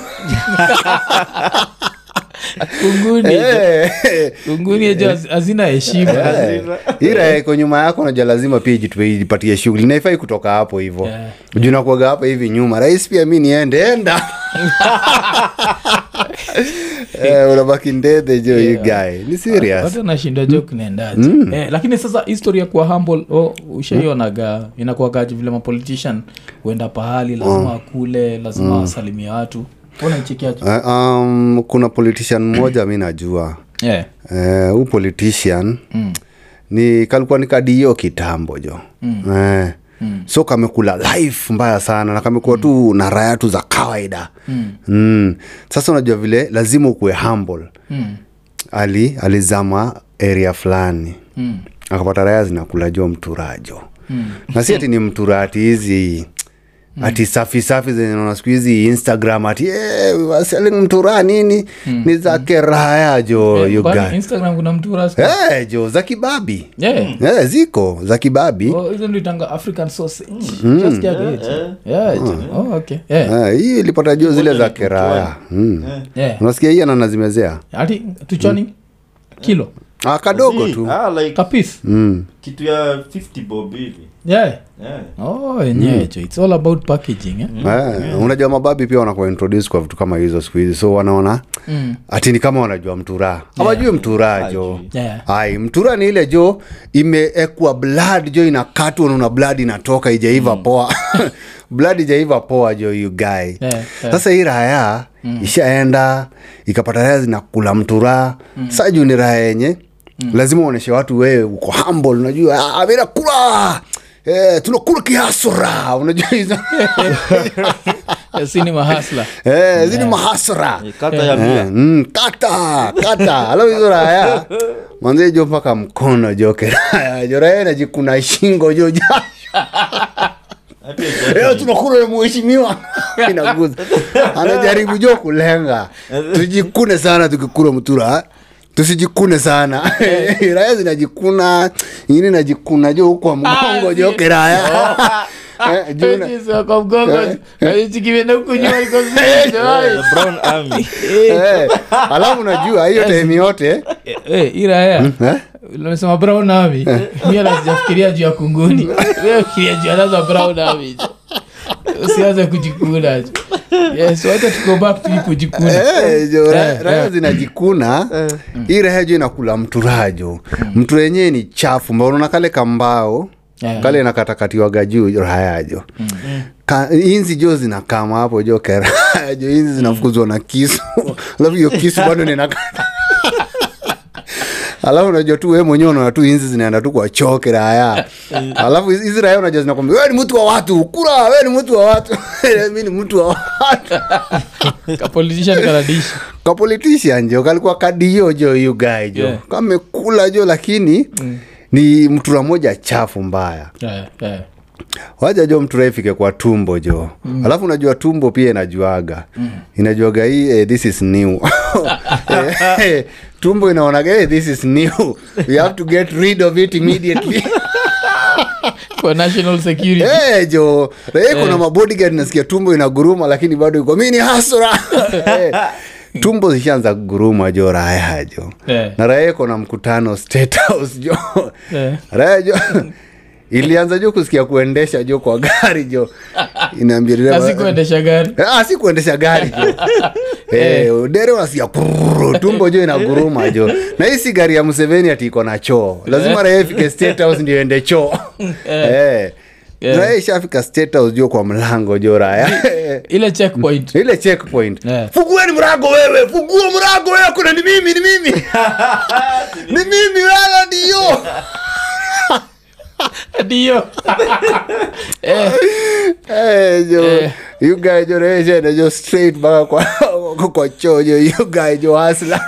Speaker 2: Kunguni,
Speaker 3: Eh,
Speaker 2: kunguni jo hazina heshima
Speaker 3: eh. hii raya iko nyuma yako najua lazima pia ijitwe- ijipatie shughuli naifai kutoka hapo hivo
Speaker 2: Yeah.
Speaker 3: juu nakuaga hapa hivi nyuma rais pia mi niende enda Eh, unabaki ndede jo yeah. guy ni serious
Speaker 2: hata nashinda
Speaker 3: Mm.
Speaker 2: jo kinaendaje eh, lakini sasa history ya kuwa humble oh, ushaionaga inakuagaji vile mapolitician huenda pahali
Speaker 3: Mm.
Speaker 2: lazima akule lazima wasalimia watu unaichekiacho
Speaker 3: Eh, um, kuna politician mmoja mi najua
Speaker 2: yeah.
Speaker 3: Eh, huu politician ni kalikuwa ni kadi hiyo kitambo jo Eh, so kamekula life mbaya sana na kamekuwa tu na raya tu za kawaida mm. sasa unajua vile lazima ukuwe humble mm. ali alizama area fulani mm. akapata raya zinakula jo mturajo mm. na si ati ni mturati hizi mm. ati safi safi zenye naona siku hizi instagram ati "Eh, we were selling mtura nini ni za keraya
Speaker 2: Eh,
Speaker 3: jo
Speaker 2: kwani
Speaker 3: Uganda.
Speaker 2: instagram kuna mtu rasmi?
Speaker 3: Oh, Eh, jo za kibabi
Speaker 2: Yeah.
Speaker 3: Eh, ziko za kibabi
Speaker 2: Oh, hizo ndio itanga african sausage
Speaker 3: Mm.
Speaker 2: Just get it. Yeah, it- oh, okay. Yeah.
Speaker 3: Eh, hii ilipata juu zile za
Speaker 4: Ngoja Eh.
Speaker 3: keraya Mm.
Speaker 2: Yeah.
Speaker 3: unasikia hii ananazimezea
Speaker 2: hati eh. tuchoni
Speaker 3: Mm.
Speaker 2: kilo
Speaker 3: ah, kadogo tu
Speaker 4: Ah, like
Speaker 2: kapis Eh.
Speaker 3: mm.
Speaker 4: kitu ya 50 bob hivi
Speaker 2: yeah.
Speaker 4: yeah.
Speaker 2: oh, yenyewe cho its all about packaging eh?
Speaker 3: Eh, unajua mababi pia wanakuwa introduce kwa vitu kama hizo siku hizi so wanaona
Speaker 2: Mm.
Speaker 3: ati ni kama wanajua mturaa hawajui mturaa jo
Speaker 2: Yeah.
Speaker 3: ai mtura ni ile jo imeekwa blood jo inakatwa nauna blood inatoka ijaiva poa blood ijaiva poa jo yugai
Speaker 2: Mm. Yeah, Mm. yeah.
Speaker 3: sasa hii raya ishaenda ikapata raya zinakula mtura mm. saa juu ni raya yenye mm. lazima uoneshe watu wewe uko humble unajua "Ah, mi nakula Eh, tunakula kihasura unajua hizo
Speaker 2: Eh, sinema hasla
Speaker 3: Eh, hizi ni mahasura
Speaker 4: Eh, kata ya mia
Speaker 3: Mm, kata kata alafu hizo raya manze jo mpaka mkono jo keraya jo raya najikuna shingo jo jasho
Speaker 4: Hata
Speaker 3: leo
Speaker 4: haijaja.
Speaker 3: tunakula na mheshimiwa inaguza anajaribu jo kulenga tujikune sana tukikula mtura tusijikune sana raya zinajikuna ingine najikuna jo huko mgongo jo
Speaker 2: zi-
Speaker 3: keraya Eh, juu na-
Speaker 4: The brown army
Speaker 3: Eh, alafu najua hiyo time yote
Speaker 2: iraya
Speaker 3: eh?
Speaker 2: lamesema brown ami mia lasijafikiria juu ya kunguni fikiria juu anaza brown ami usianze kujikuna tu. yes wacha tuko back to hii kujikuna
Speaker 3: Eh, jo, ra-
Speaker 2: Eh,
Speaker 3: raha
Speaker 2: eh.
Speaker 3: zinajikuna hii raha jo inakula mturajo
Speaker 2: Mm.
Speaker 3: mtura yenyewe ni chafu mbao unaona kale kambao
Speaker 2: Eh. Mm.
Speaker 3: kale inakatakatiwaga juu rahajo Ka, inzi jo zinakama hapo jo kerajo inzi zinafukuzwa na kisu alafu hiyo kisu bado ninakata alafu unajua tu we mwenyewe unaona tu inzi zinaenda tu kwa choo kiraya
Speaker 2: Eh.
Speaker 3: alafu hizi- hizi raya unajua zinakwambia we ni mtu wa watu kura we ni mtu wa watu mi ni mtu wa watu
Speaker 2: kapolitician karadishi
Speaker 3: kapolitician jo kalikuwa kadio jo you guy jo
Speaker 2: Yeah.
Speaker 3: kamekula jo lakini ni mtura moja chafu mbaya
Speaker 2: Eh, eh.
Speaker 3: waja jo mtura ifike kwa tumbo jo mm. alafu unajua tumbo pia inajuaga mm. inajuaga hii eh, this is new Eh, eh, tumbo inaonaga eh, this is new we have to get rid of it immediately
Speaker 2: for national security
Speaker 3: Eh, jo Eh, kuna mabodyguard nasikia tumbo inaguruma lakini bado iko mini hasura Eh, tumbo zishaanza kuguruma jo raya jo
Speaker 2: Eh.
Speaker 3: na raya iko na mkutano state house jo
Speaker 2: Eh.
Speaker 3: raya jo ilianza jo kusikia kuendesha jo kwa gari jo inaambia dereva-
Speaker 2: asikuendesha gari
Speaker 3: Ah, si kuendesha gari jo Eh, dere wanasikia prrrr, tumbo jo inaguruma jo na hii si gari ya mseveni ati iko na choo lazima raia ifike state house ndio ende choo Eh.
Speaker 2: Eh.
Speaker 3: raia ishafika state house jo kwa mlango jo raya
Speaker 2: ile checkpoint
Speaker 3: ile checkpoint
Speaker 2: Eh.
Speaker 3: fugueni mrago wewe fugua mrago wewe kuna ni mimi ni mimi ni mimi wewe ndio
Speaker 2: ndio
Speaker 3: Eh, jo
Speaker 2: Eh.
Speaker 3: you guy jo raia ishaenda jo straight mpaka kwa, kwa choo jo you guy jo hasla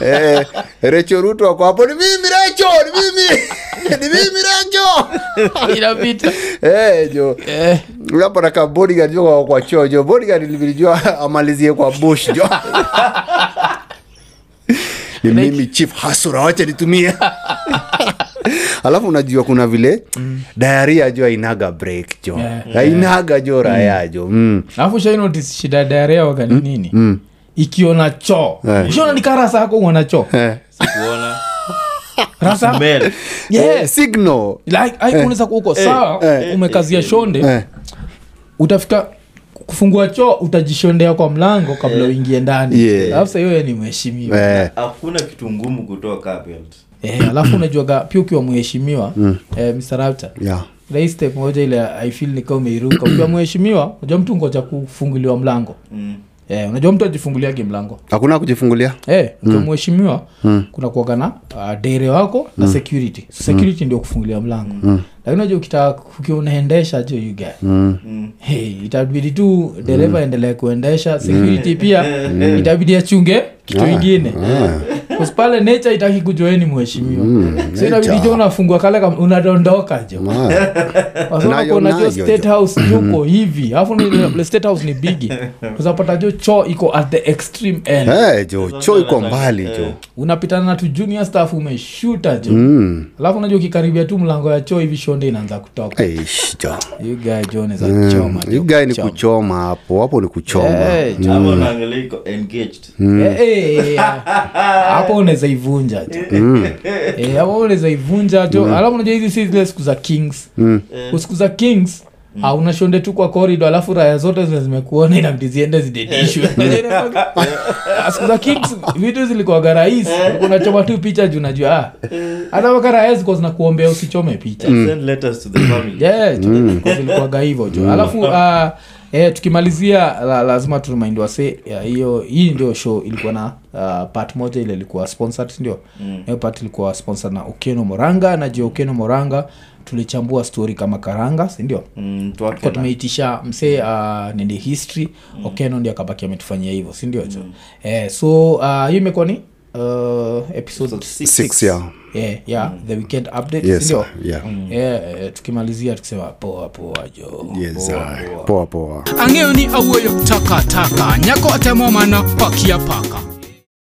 Speaker 3: eh, recho ruto ako hapo ni mimi recho ni mimi ni mimi recho
Speaker 2: inapita
Speaker 3: eh, jo
Speaker 2: Eh,
Speaker 3: hapa ka bodyguard jo kwa- kwa choo jo bodyguard ilibidi jo amalizie kwa bush jo ni mimi chief hasura wacha nitumie alafu unajua kuna vile mm. dayaria jo ainaga break jo
Speaker 2: Yeah.
Speaker 3: ainaga jo raya jo mm.
Speaker 2: alafu shai notice shida darea wakani nini ikiona choo
Speaker 3: Hmm? Eh.
Speaker 2: ushaona ni karasa yako uona choo
Speaker 3: Eh.
Speaker 4: kuona
Speaker 2: rasa
Speaker 4: smell
Speaker 3: Eh,
Speaker 2: yes
Speaker 3: signal
Speaker 2: like ai unaweza kuwa uko sawa
Speaker 3: eh,
Speaker 2: umekazia shonde
Speaker 3: eh.
Speaker 2: utafika kufungua choo utajishondea kwa mlango kabla
Speaker 3: Eh.
Speaker 2: uingie ndani
Speaker 3: Yeah.
Speaker 2: alafu sasa hiyo yeye ni mheshimiwa
Speaker 3: Eh.
Speaker 4: hakuna kitu ngumu kutoka belt
Speaker 2: Eh, alafu unajuaga pia ukiwa mheshimiwa
Speaker 3: Hmm.
Speaker 2: eh, mr rapta
Speaker 3: Yeah.
Speaker 2: Kuna hii step moja ile i feel nika umeiruka ukiwa mheshimiwa unajua mtu ngoja kufunguliwa mlango
Speaker 4: Mm.
Speaker 2: eh, unajua mtu ajifunguliage mlango
Speaker 3: hakuna kujifungulia
Speaker 2: eh,
Speaker 3: Hmm.
Speaker 2: ukiwa mheshimiwa kuna kuaga na uh, dere wako
Speaker 3: Hmm.
Speaker 2: na security so security ndio kufungulia mlango lakini unajua ukitaka ukiwa unaendesha jo you guy
Speaker 3: Hmm.
Speaker 4: Mm.
Speaker 2: hey, itabidi tu
Speaker 3: Hmm. Ah,
Speaker 2: dereva endelee kuendesha security pia itabidi achunge kitu ingine Cause pale nature itaki kujoeni mheshimiwa
Speaker 3: Hmm,
Speaker 2: so inabidi jo unafungua kale kama unadondoka jo
Speaker 3: Ah.
Speaker 2: Kwa sababu
Speaker 3: Nayo, Hmm.
Speaker 2: unajua
Speaker 3: nayo,
Speaker 2: state house yuko hivi alafu ni- state house ni bigi uzapata jo choo iko at the extreme end
Speaker 3: Eh, jo cho iko mbali
Speaker 2: Eh.
Speaker 3: jo
Speaker 2: unapitana na tu junior staff umeshuta jo alafu unajua ukikaribia tu mlango ya choo hivi shonde inaanza kutoka
Speaker 3: Eish, jo
Speaker 2: You guy jo za choma jo.
Speaker 3: Hii guy ni
Speaker 2: Choma.
Speaker 3: kuchoma hapo hapo ni kuchoma
Speaker 2: Eh, jo.
Speaker 4: ama unaangalia iko engaged
Speaker 2: Eh, eh, eh, eh. hapo unaweza ivunja jo Eh, hapo unaweza ivunja jo alafu unajua hizi si zile siku za kings usiku za kings hauna shonde tu kwa korido alafu raya zote zile zimekuona inabidi ziende zidedishwe Ah, siku za kings vitu zilikuwaga rahisi unachoma tu picha juu najua ah. hata waka raya zikuwa zinakuombea usichome picha
Speaker 4: send letters to the family
Speaker 2: Yeah, tu- kwa zilikuwaga hivyo jo alafu ah, eh, tukimalizia la, lazima tumind wase ya, hiyo hii ndio show ilikuwa na ah, part moja ile ilikuwa sponsored si ndio hiyo part ilikuwa sponsored na okeno moranga na juu ya okeno moranga tulichambua story kama karanga si ndio
Speaker 4: Mm, mtu wake
Speaker 2: Kwa
Speaker 4: na-
Speaker 2: tumeitisha msee uh, nende history okeno ndio akabaki ametufanyia hivyo si ndio jo eh, so ah, hiyo imekuwa ni uh, episode
Speaker 3: six ya
Speaker 2: yeah, yeah, the weekend update si
Speaker 3: yes
Speaker 2: ndio
Speaker 3: yeah
Speaker 2: Yeah, eh, tukimalizia tukisema poa poa jo
Speaker 3: yes
Speaker 2: poa,
Speaker 3: aye.
Speaker 2: poa.
Speaker 3: poa poa
Speaker 1: ang'eyo ni awuoyo takataka nyako atemo mana pakia paka